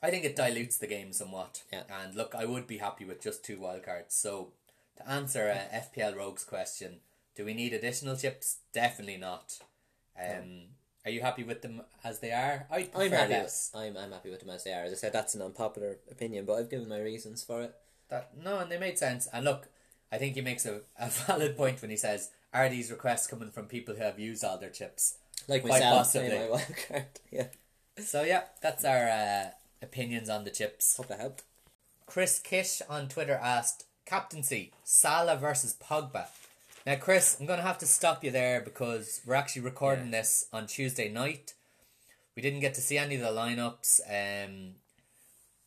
Speaker 1: I think it dilutes the game somewhat.
Speaker 2: Yeah.
Speaker 1: And look, I would be happy with just two wild cards. So, to answer uh, FPL Rogues question, do we need additional chips? Definitely not. Um, Are you happy with them as they are? I'd prefer
Speaker 2: I'm happy.
Speaker 1: less.
Speaker 2: With, I'm I'm happy with them as they are. As I said, that's an unpopular opinion, but I've given my reasons for it.
Speaker 1: That, no, and they made sense. And look, I think he makes a, a [laughs] valid point when he says, are these requests coming from people who have used all their chips?
Speaker 2: Like
Speaker 1: Quite
Speaker 2: myself, playing
Speaker 1: possibly.
Speaker 2: my [laughs] wild card. Yeah,
Speaker 1: So, yeah, that's our uh, opinions on the chips.
Speaker 2: hope that helped.
Speaker 1: Chris Kish on Twitter asked, Captaincy, Salah versus Pogba. Now, Chris, I'm going to have to stop you there because we're actually recording this on Tuesday night. We didn't get to see any of the lineups. Um,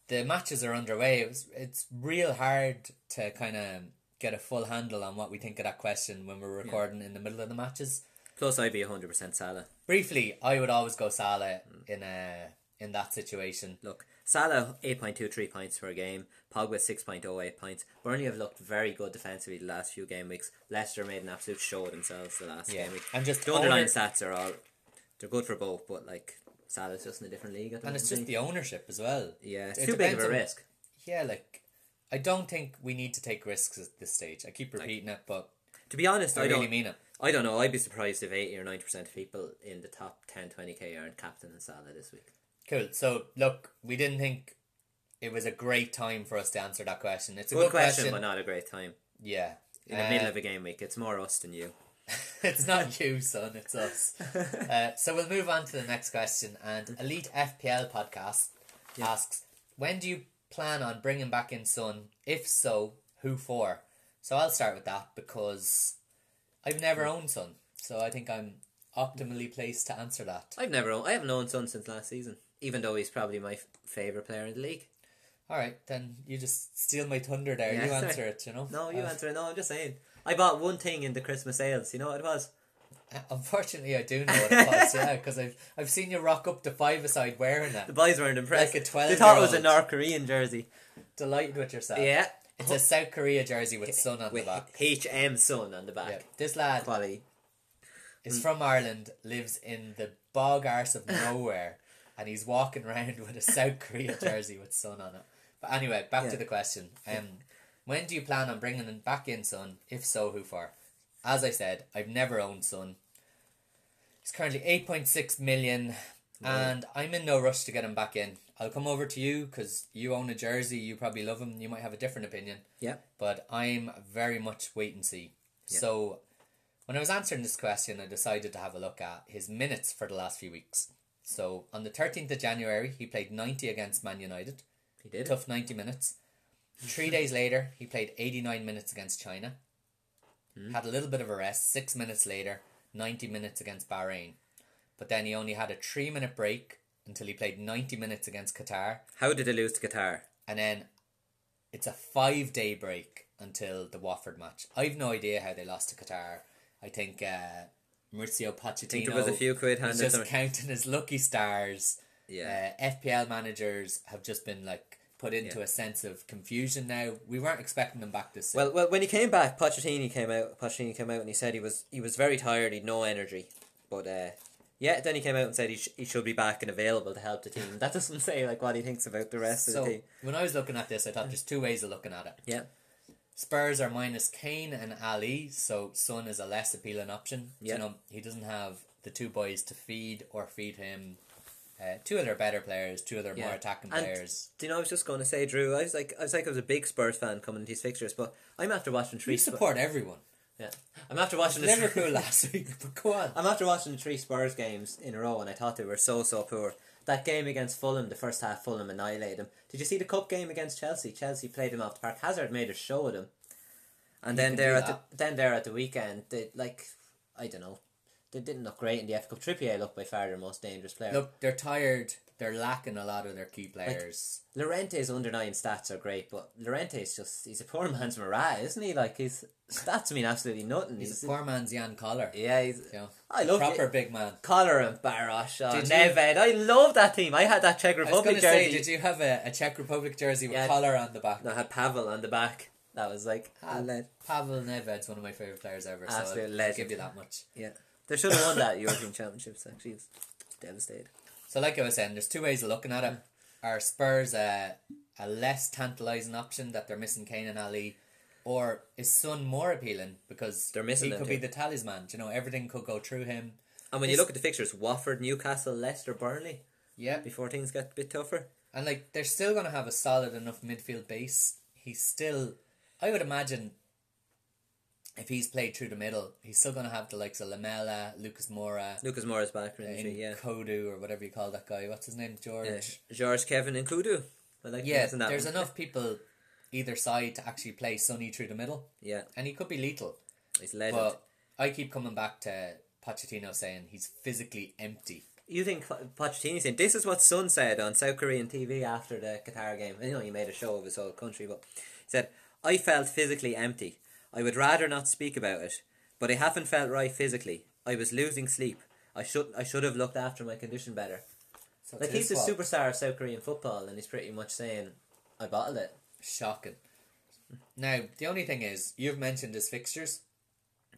Speaker 1: the matches are underway. It was, it's real hard to kind of get a full handle on what we think of that question when we're recording in the middle of the matches.
Speaker 2: Plus, I'd be hundred percent Salah.
Speaker 1: Briefly, I would always go Salah
Speaker 2: Mm.
Speaker 1: in a in that situation.
Speaker 2: Look, Salah eight point two three points per game. Pogba six point oh eight points. Burnley have looked very good defensively the last few game weeks. Leicester made an absolute show of themselves the last
Speaker 1: Yeah.
Speaker 2: game week.
Speaker 1: And just
Speaker 2: the underlying
Speaker 1: owner-
Speaker 2: stats are all they're good for both, but like Salah's just in a different league at the
Speaker 1: And
Speaker 2: moment.
Speaker 1: it's just the ownership as well.
Speaker 2: yeah, it's
Speaker 1: It
Speaker 2: too big of
Speaker 1: depends
Speaker 2: a
Speaker 1: on-
Speaker 2: risk.
Speaker 1: Yeah, like I don't think we need to take risks at this stage. I keep repeating it, but
Speaker 2: To be honest,
Speaker 1: I,
Speaker 2: I,
Speaker 1: really
Speaker 2: don't.
Speaker 1: mean it.
Speaker 2: I don't know. I'd be surprised if eighty or ninety percent of people in the top 10, 20 k aren't captain and Salah this week.
Speaker 1: Cool. So look, we didn't think it was a great time for us to answer that question. Uh, It's a
Speaker 2: Good,
Speaker 1: good,
Speaker 2: question, but not a great time
Speaker 1: Yeah.
Speaker 2: in the middle of a game week. It's more us than you.
Speaker 1: [laughs] it's not you, son. It's
Speaker 2: [laughs]
Speaker 1: us. uh, so we'll move on to the next question. And Elite FPL podcast asks, when do you plan on bringing back in Son? If so, who for? So I'll start with that because I've never owned Son, so I think I'm optimally placed to answer that.
Speaker 2: I've never owned, I haven't owned Son since last season, even though he's probably my f- favourite player in the league.
Speaker 1: All right, then you just steal my thunder there.
Speaker 2: Yeah,
Speaker 1: you
Speaker 2: sorry.
Speaker 1: answer it, you know.
Speaker 2: No, you
Speaker 1: Uh,
Speaker 2: answer it. No, I'm just saying. I bought one thing in the Christmas sales. You know what it was?
Speaker 1: Unfortunately, I do know what
Speaker 2: [laughs]
Speaker 1: it was, yeah, because I've I've seen you rock up to five aside wearing
Speaker 2: The
Speaker 1: it.
Speaker 2: boys weren't impressed.
Speaker 1: Like a
Speaker 2: they thought it was a
Speaker 1: 12-year-old.
Speaker 2: North Korean jersey.
Speaker 1: Delighted with yourself.
Speaker 2: Yeah.
Speaker 1: It's a South Korea jersey with Sun on the
Speaker 2: [laughs] With
Speaker 1: back.
Speaker 2: HM Sun on the back.
Speaker 1: Yeah, this lad
Speaker 2: Quality.
Speaker 1: is
Speaker 2: mm.
Speaker 1: from Ireland, lives in the bog arse
Speaker 2: [laughs]
Speaker 1: of nowhere, and he's walking around with a South Korea jersey with sun on it. But anyway, back
Speaker 2: Yeah.
Speaker 1: to the question. Um, when do you plan on bringing him back in, Sun? If so, who for? As I said, I've never owned Sun. He's currently 8.6 million, and I'm in no rush to get him back in. I'll come over to you because you own a jersey, you probably love him, you might have a different opinion
Speaker 2: Yeah.
Speaker 1: but I'm very much wait and see. So, when I was answering this question, I decided to have a look at his minutes for the last few weeks. So, on the 13th of January, he played 90 against Man United,
Speaker 2: He did.
Speaker 1: tough 90 minutes. Three days later, he played 89 minutes against China, had a little bit of a rest. Six minutes later, 90 minutes against Bahrain. but then he only had a three minute break until he played 90 minutes against Qatar.
Speaker 2: How did they lose to Qatar?
Speaker 1: And then it's a five day break until the Watford match. I've no idea how they lost to Qatar. I think uh, Maurizio Pochettino
Speaker 2: I think there was a few quid
Speaker 1: was
Speaker 2: handed.
Speaker 1: just
Speaker 2: to him.
Speaker 1: counting his lucky stars.
Speaker 2: Yeah.
Speaker 1: Uh, FPL managers have just been like put into
Speaker 2: Yeah.
Speaker 1: a sense of confusion now. We weren't expecting them back this soon.
Speaker 2: Well, well, when he came back, Pochettino came out. Pochettino came out and he said he was he was very tired. He'd no energy, but uh, yeah. Then he came out and said he, sh- he should be back and available to help the team. That doesn't say like what he thinks about the rest
Speaker 1: so
Speaker 2: of the team.
Speaker 1: when I was looking at this, I thought there's two ways of looking at it.
Speaker 2: Yeah.
Speaker 1: Spurs are minus Kane and Ali, so Son is a less appealing option.
Speaker 2: Yeah.
Speaker 1: You know, he doesn't have the two boys to feed or feed him. Uh, two of their better players, two of their
Speaker 2: Yeah.
Speaker 1: more attacking
Speaker 2: And-
Speaker 1: players.
Speaker 2: Do you know? I was just going to say, Drew. I was like, I was like, I was a big Spurs fan coming to these fixtures, but I'm after watching three.
Speaker 1: We support everyone.
Speaker 2: [laughs] Sp- yeah. I'm after watching the
Speaker 1: Liverpool last week, [laughs] but go on.
Speaker 2: I'm after watching the three Spurs games in a row, and I thought they were so so poor. That game against Fulham, the first half, Fulham annihilated them. Did you see the cup game against Chelsea? Chelsea played them off the park. Hazard made a show of them, and then
Speaker 1: can
Speaker 2: there
Speaker 1: do
Speaker 2: at the, then there at the weekend, they like I don't know, they didn't look great in the FA Cup. Trippier looked by far their most dangerous player.
Speaker 1: Look, they're tired. They're lacking a lot of their key players.
Speaker 2: Llorente's under nine stats are great, but Llorente's just he's a poor [laughs] man's Marat, isn't he? Like his stats mean absolutely nothing.
Speaker 1: he's, a poor man's Jan Collar.
Speaker 2: yeah, he's
Speaker 1: You know,
Speaker 2: I love
Speaker 1: proper
Speaker 2: it.
Speaker 1: big man.
Speaker 2: Collar and Barosh, oh,
Speaker 1: Did you-
Speaker 2: Neved. I love that team. I had that Czech
Speaker 1: I was going
Speaker 2: Republic
Speaker 1: to say,
Speaker 2: jersey.
Speaker 1: did you have a, a Czech Republic jersey with
Speaker 2: Yeah.
Speaker 1: collar on the back?
Speaker 2: No, I had Pavel on the back. That was like
Speaker 1: Ah,
Speaker 2: a le-
Speaker 1: Pavel Neved's one of my favourite players ever, so
Speaker 2: Absolute
Speaker 1: I'll- I'll,
Speaker 2: legend.
Speaker 1: give you that much.
Speaker 2: yeah. They should have won that European Championships. Actually, it's devastated.
Speaker 1: So, like I was saying, there's two ways of looking
Speaker 2: Hmm.
Speaker 1: at it. Are Spurs a, a less tantalising option that they're missing Kane and Ali? Or is Son more appealing because
Speaker 2: They're missing
Speaker 1: he
Speaker 2: them
Speaker 1: could be
Speaker 2: too.
Speaker 1: the talisman? You know, everything could go through him.
Speaker 2: And when you
Speaker 1: It's-
Speaker 2: look at the fixtures, Watford, Newcastle, Leicester, Burnley,
Speaker 1: Yeah,
Speaker 2: before things get a bit tougher.
Speaker 1: And like they're still gonna have a solid enough midfield base. He's still I would imagine if he's played through the middle, he's still gonna have the likes of Lamella, Lucas Mora,
Speaker 2: Lucas Moura's back for injury,
Speaker 1: and
Speaker 2: yeah.
Speaker 1: Kodu or whatever you call that guy. What's his name?
Speaker 2: yeah.
Speaker 1: George.
Speaker 2: George, Kevin, and Kudu. I like
Speaker 1: Yeah,
Speaker 2: pronouncing that
Speaker 1: there's
Speaker 2: one.
Speaker 1: enough people either side to actually play Sonny through the middle.
Speaker 2: Yeah,
Speaker 1: And he could be lethal.
Speaker 2: he's legend.
Speaker 1: But I keep coming back to Pochettino saying he's physically empty.
Speaker 2: You think Po- Pochettino's in? This is what Sun said on South Korean TV after the Qatar game. I know he made a show of his whole country, but he said, I felt physically empty. I would rather not speak about it, but I haven't felt right physically. I was losing sleep. I should I should have looked after my condition better.
Speaker 1: So
Speaker 2: Like
Speaker 1: it's
Speaker 2: he's the
Speaker 1: his fault.
Speaker 2: superstar of South Korean football, and he's pretty much saying, I bottled it.
Speaker 1: Shocking. Now, the only thing is, you've mentioned his fixtures.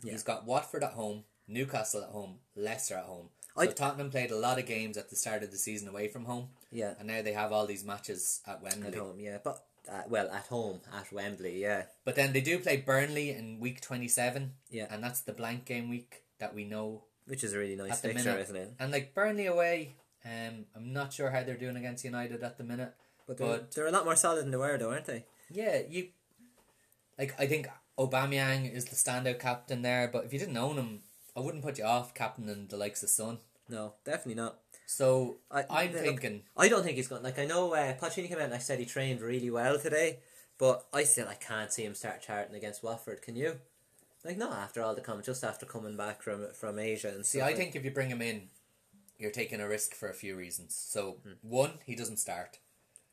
Speaker 1: He's got Watford at home, Newcastle at home, Leicester at home. So
Speaker 2: I-
Speaker 1: Tottenham played a lot of games at the start of the season away from home,
Speaker 2: Yeah,
Speaker 1: and now they have all these matches at
Speaker 2: at
Speaker 1: Wembley.
Speaker 2: home. Yeah, but uh, well, at home at Wembley. Yeah,
Speaker 1: But then they do play Burnley in week 27,
Speaker 2: Yeah.
Speaker 1: and that's the blank game week that we know
Speaker 2: which is a really nice
Speaker 1: at the
Speaker 2: fixture,
Speaker 1: minute.
Speaker 2: isn't it?
Speaker 1: And like Burnley away, um, I'm not sure how they're doing against United at the minute.
Speaker 2: But they're,
Speaker 1: But-
Speaker 2: they're a lot more solid than they were, though, aren't they?
Speaker 1: Yeah, you. Like I think Aubameyang is the standout captain there, but if you didn't own him, I wouldn't put you off captaining the likes of Son.
Speaker 2: No, definitely not.
Speaker 1: So
Speaker 2: I-
Speaker 1: I, am
Speaker 2: look,
Speaker 1: thinking
Speaker 2: I don't think he's going. Like I know uh, Pochettino came out and I said he trained really well today, but I still I can't see him start charting against Watford. Can you? Like not after all the comment, just after coming back from from Asia and
Speaker 1: See,
Speaker 2: stuff
Speaker 1: I
Speaker 2: like-
Speaker 1: think if you bring him in, you're taking a risk for a few reasons. So,
Speaker 2: Hmm.
Speaker 1: one, he doesn't start.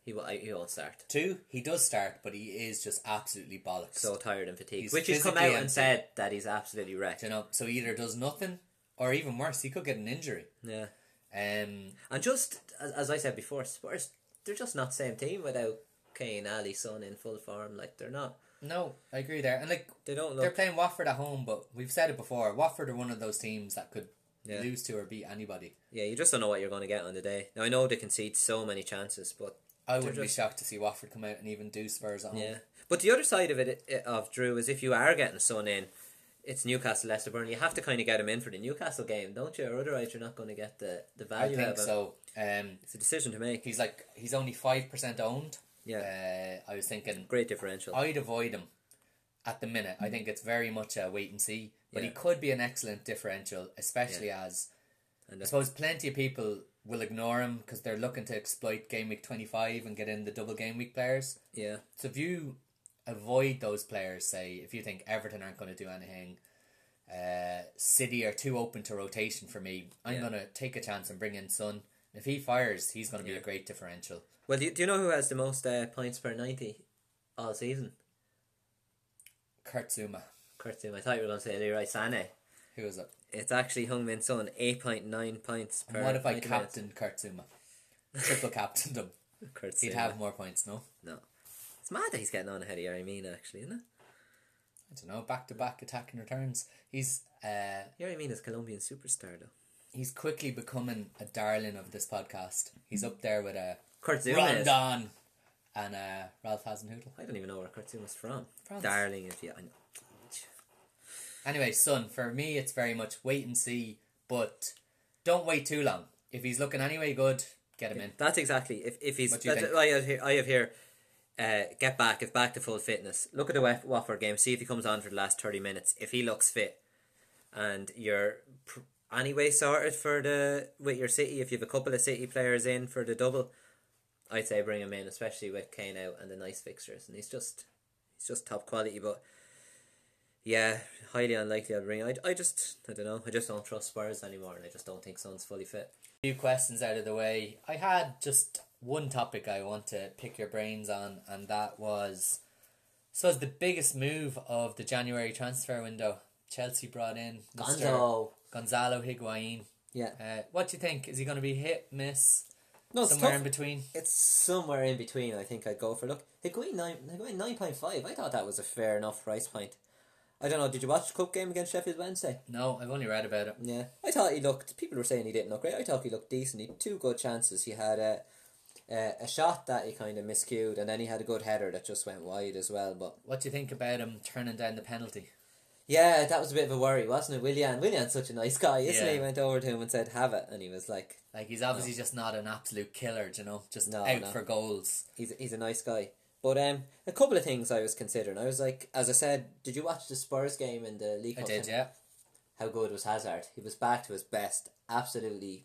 Speaker 2: he will he won't start.
Speaker 1: Two, he does start, but he is just absolutely bollocks.
Speaker 2: So tired and fatigued,
Speaker 1: He's
Speaker 2: which he's come out
Speaker 1: physically
Speaker 2: and
Speaker 1: empty.
Speaker 2: said that he's absolutely wrecked.
Speaker 1: you know, so he either does nothing, or even worse, he could get an injury.
Speaker 2: Yeah,
Speaker 1: Um,
Speaker 2: and just as, as I said before, Spurs they're just not the same team without Kane, Ali, Son in full form. Like they're not.
Speaker 1: no, I agree there. And like
Speaker 2: They don't
Speaker 1: they're
Speaker 2: look.
Speaker 1: playing Watford at home, but we've said it before. Watford are one of those teams that could
Speaker 2: Yeah.
Speaker 1: lose to or beat anybody.
Speaker 2: Yeah, you just don't know what you're going to get on the day. Now I know they concede so many chances, but
Speaker 1: I wouldn't be
Speaker 2: just-
Speaker 1: shocked to see Watford come out and even do Spurs at home.
Speaker 2: Yeah, but the other side of it i- of Drew is if you are getting Son in, it's Newcastle, Leicester, Burnley. You have to kind of get him in for the Newcastle game, don't you? Or otherwise, you're not going to get the the
Speaker 1: I
Speaker 2: value out
Speaker 1: think
Speaker 2: of him.
Speaker 1: so. Um,
Speaker 2: It's a decision to make.
Speaker 1: he's like he's only five percent owned.
Speaker 2: Yeah,
Speaker 1: Uh, I was thinking
Speaker 2: great differential.
Speaker 1: I'd avoid him at the minute. I think it's very much a wait and see, but he
Speaker 2: Yeah.
Speaker 1: could be an excellent differential, especially as
Speaker 2: And
Speaker 1: I
Speaker 2: that's-
Speaker 1: suppose plenty of people will ignore him because they're looking to exploit game week 25 and get in the double game week players.
Speaker 2: yeah,
Speaker 1: So if you avoid those players, say, if you think Everton aren't going to do anything, uh, City are too open to rotation for me. I'm
Speaker 3: Yeah.
Speaker 1: gonna take a chance and bring in Son. If he fires, he's gonna be
Speaker 3: Yeah.
Speaker 1: a great differential.
Speaker 2: Well, do you, do you know who has the most uh, points per 90 all season?
Speaker 1: Kurt Zuma,
Speaker 2: Kurtzum, I thought you were going to say Leroy Sané.
Speaker 1: who is it?
Speaker 2: It's actually Hungmin Son, 8.9 points per
Speaker 1: what if I
Speaker 2: 90 minutes.
Speaker 1: captained Kurt Zuma?
Speaker 3: [laughs]
Speaker 1: Triple captained him.
Speaker 2: Kurtzuma.
Speaker 1: He'd have more points, no?
Speaker 2: No. It's mad that he's getting on ahead of Yeremina, actually, isn't it?
Speaker 1: I don't know. Back to back attack and returns. He's uh
Speaker 2: Yeremina's Colombian superstar, though.
Speaker 1: he's quickly becoming a darling of this podcast. He's up there with a
Speaker 2: Kurtzuma is.
Speaker 1: Rondon and uh, Ralph Hasenhutl.
Speaker 2: I don't even know where Kurtzuma's from.
Speaker 1: France.
Speaker 2: Darling, if you... I know.
Speaker 1: Anyway, son, for me, it's very much wait and see, but don't wait too long. If he's looking anyway good, get him in.
Speaker 2: That's exactly if if he's.
Speaker 1: What do you
Speaker 2: that's- I have here. I have here. Uh, get back if back to full fitness. Look at the Wa- Watford game. See if he comes on for the last thirty minutes. If he looks fit, and you're pr- anyway sorted for the with your City. If you have a couple of City players in for the double, I'd say bring him in, especially with Kane out and the nice fixtures. And he's just he's just top quality. But yeah, highly unlikely I'll bring. I I just I don't know. I just don't trust Spurs anymore, and I just don't think Son's fully fit.
Speaker 1: few questions out of the way. I had just one topic I want to pick your brains on, and that was so it's the biggest move of the January transfer window. Chelsea brought in Mr.
Speaker 2: Gonzo.
Speaker 1: Gonzalo Higuain.
Speaker 2: Yeah.
Speaker 1: Uh, what do you think? Is he going to be hit, miss,
Speaker 2: No, it's
Speaker 1: somewhere
Speaker 2: tough.
Speaker 1: in between?
Speaker 2: It's somewhere in between. I think I'd go for. Look, Higuain nine, Higuain nine point five. I thought that was a fair enough price point. I don't know. Did you watch the cup game against Sheffield Wednesday?
Speaker 1: No, I've only read about it.
Speaker 2: Yeah, I thought he looked. People were saying he didn't look great. I thought he looked decent. He had two good chances. He had a a, a shot that he kind of miscued, and then he had a good header that just went wide as well. But
Speaker 1: What do you think about him turning down the penalty?
Speaker 2: yeah, that was a bit of a worry, wasn't it? Willian, Willian's such a nice guy, isn't he?
Speaker 1: Yeah.
Speaker 2: He went over to him and said, "Have it," and he was like,
Speaker 1: Like he's obviously just not an absolute killer, do you know, just
Speaker 2: No,
Speaker 1: out
Speaker 2: no.
Speaker 1: for goals.
Speaker 2: he's he's a nice guy. But um, a couple of things I was considering. I was like, as I said, did you watch the Spurs game in the league?
Speaker 1: I
Speaker 2: Cup
Speaker 1: did,
Speaker 2: semi-
Speaker 1: yeah.
Speaker 2: How good was Hazard? He was back to his best. Absolutely.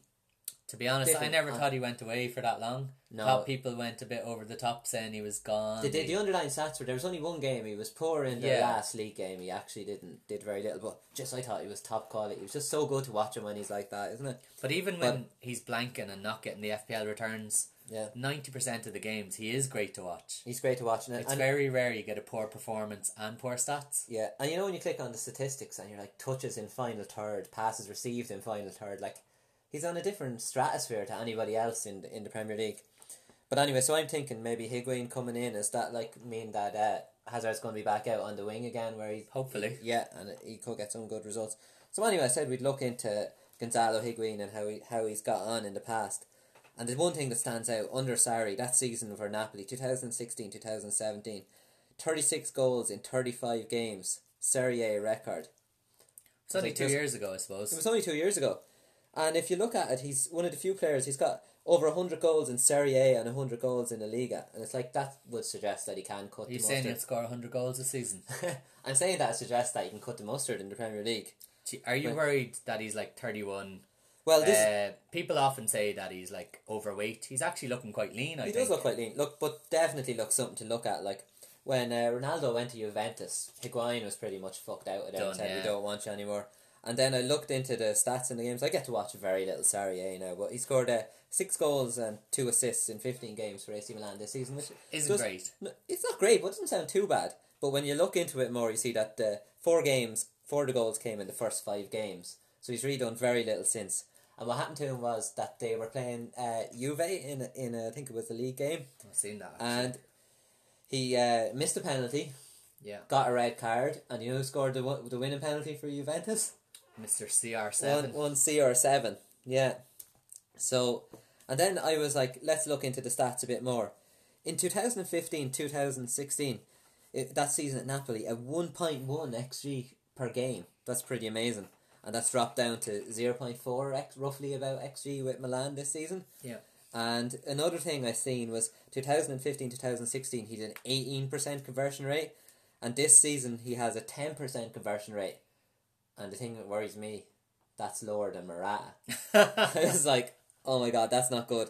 Speaker 1: To be honest, I
Speaker 2: Different,
Speaker 1: never
Speaker 2: uh,
Speaker 1: thought he went away for that long.
Speaker 2: No.
Speaker 1: Thought people went a bit over the top saying he was gone.
Speaker 2: The, the, the underlying stats were there was only one game he was poor in the
Speaker 1: Yeah.
Speaker 2: last league game. He actually didn't did very little, but just I thought he was top quality. It was just so good to watch him when he's like that, isn't it?
Speaker 1: but even when he's blanking and not getting the FPL returns,
Speaker 2: Yeah,
Speaker 1: ninety percent of the games he is great to watch.
Speaker 2: he's great to watch. And,
Speaker 1: It's
Speaker 2: and-
Speaker 1: very rare you get a poor performance and poor stats.
Speaker 2: yeah, and you know when you click on the statistics and you're like touches in final third, passes received in final third, like he's on a different stratosphere to anybody else in the, in the Premier League. But anyway, so I'm thinking maybe Higuain coming in is that like mean that uh, Hazard's going to be back out on the wing again where he's
Speaker 1: Hopefully.
Speaker 2: Yeah, and he could get some good results. So anyway, I said we'd look into Gonzalo Higuain and how he how he's got on in the past. And the one thing that stands out under Sarri that season for Napoli 2016-2017, 36 goals in 35 games, Serie A record.
Speaker 1: It's only
Speaker 2: like
Speaker 1: two
Speaker 2: just-
Speaker 1: years ago, I suppose.
Speaker 2: It was only 2 years ago. And if you look at it, he's one of the few players he's got over 100 goals in Serie A and 100 goals in La Liga. And it's like that would suggest that he can cut
Speaker 1: Are you
Speaker 2: the
Speaker 1: saying he'll
Speaker 2: mustard.
Speaker 1: score hundred goals this
Speaker 2: [laughs]
Speaker 1: season?
Speaker 2: I'm saying that suggests that he can cut the mustard in the Premier League.
Speaker 1: Gee, Are you
Speaker 2: Right.
Speaker 1: worried that he's like thirty-one?
Speaker 2: Well, this
Speaker 1: Uh, people often say that he's like overweight. He's actually looking quite lean. I
Speaker 2: He
Speaker 1: think.
Speaker 2: does look quite lean. Look, but definitely looks something to look at. Like when uh, Ronaldo went to Juventus, Higuain was pretty much fucked out of there
Speaker 1: Done,
Speaker 2: and said,
Speaker 1: yeah.
Speaker 2: "We don't want you anymore." And then I looked into the stats in the games. I get to watch very little Serie A now, but he scored uh, six goals and two assists in fifteen games for AC Milan this season, which
Speaker 1: Isn't
Speaker 2: does-
Speaker 1: great.
Speaker 2: no, it's not great, but it doesn't sound too bad. But when you look into it more, you see that uh, four games, four of the goals came in the first five games. So he's really done very little since. And what happened to him was that they were playing uh, Juve in a- in a, I think it was the league game,
Speaker 1: I've seen that. actually.
Speaker 2: and he uh, missed a penalty,
Speaker 1: yeah,
Speaker 2: got a red card, and you know who scored the win- the winning penalty for Juventus?
Speaker 1: Mr. CR
Speaker 2: One
Speaker 1: seven.
Speaker 2: one C or seven, yeah. So, and then I was like, let's look into the stats a bit more. In 2015, 2016, it, that season at Napoli, a 1.1 xg per game. That's pretty amazing. And that's dropped down to 0.4 x, roughly about xg with Milan this season.
Speaker 1: Yeah.
Speaker 2: And another thing I seen was 2015 2016 he did an 18% conversion rate and this season he has a 10% conversion rate. And the thing that worries me, that's lower than Morata. [laughs] I was like, oh my god, that's not good.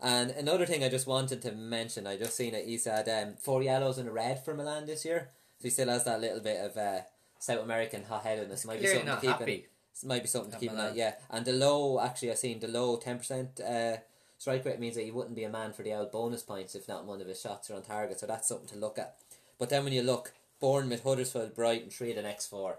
Speaker 2: And another thing I just wanted to mention, I just seen it. He's had um, four yellows and a red for Milan this year, so he still has that little bit of uh, South American hot headedness might be
Speaker 1: clearly
Speaker 2: something to
Speaker 1: not
Speaker 2: keep
Speaker 1: happy.
Speaker 2: in, might be something to
Speaker 1: Not
Speaker 2: keep
Speaker 1: my
Speaker 2: an eye.
Speaker 1: man.
Speaker 2: Yeah, and the low actually I've seen the low ten percent uh, strike rate means that he wouldn't be a man for the old bonus points if not one of his shots are on target. So that's something to look at. But then when you look, Bournemouth, Huddersfield, Brighton, three of the next four.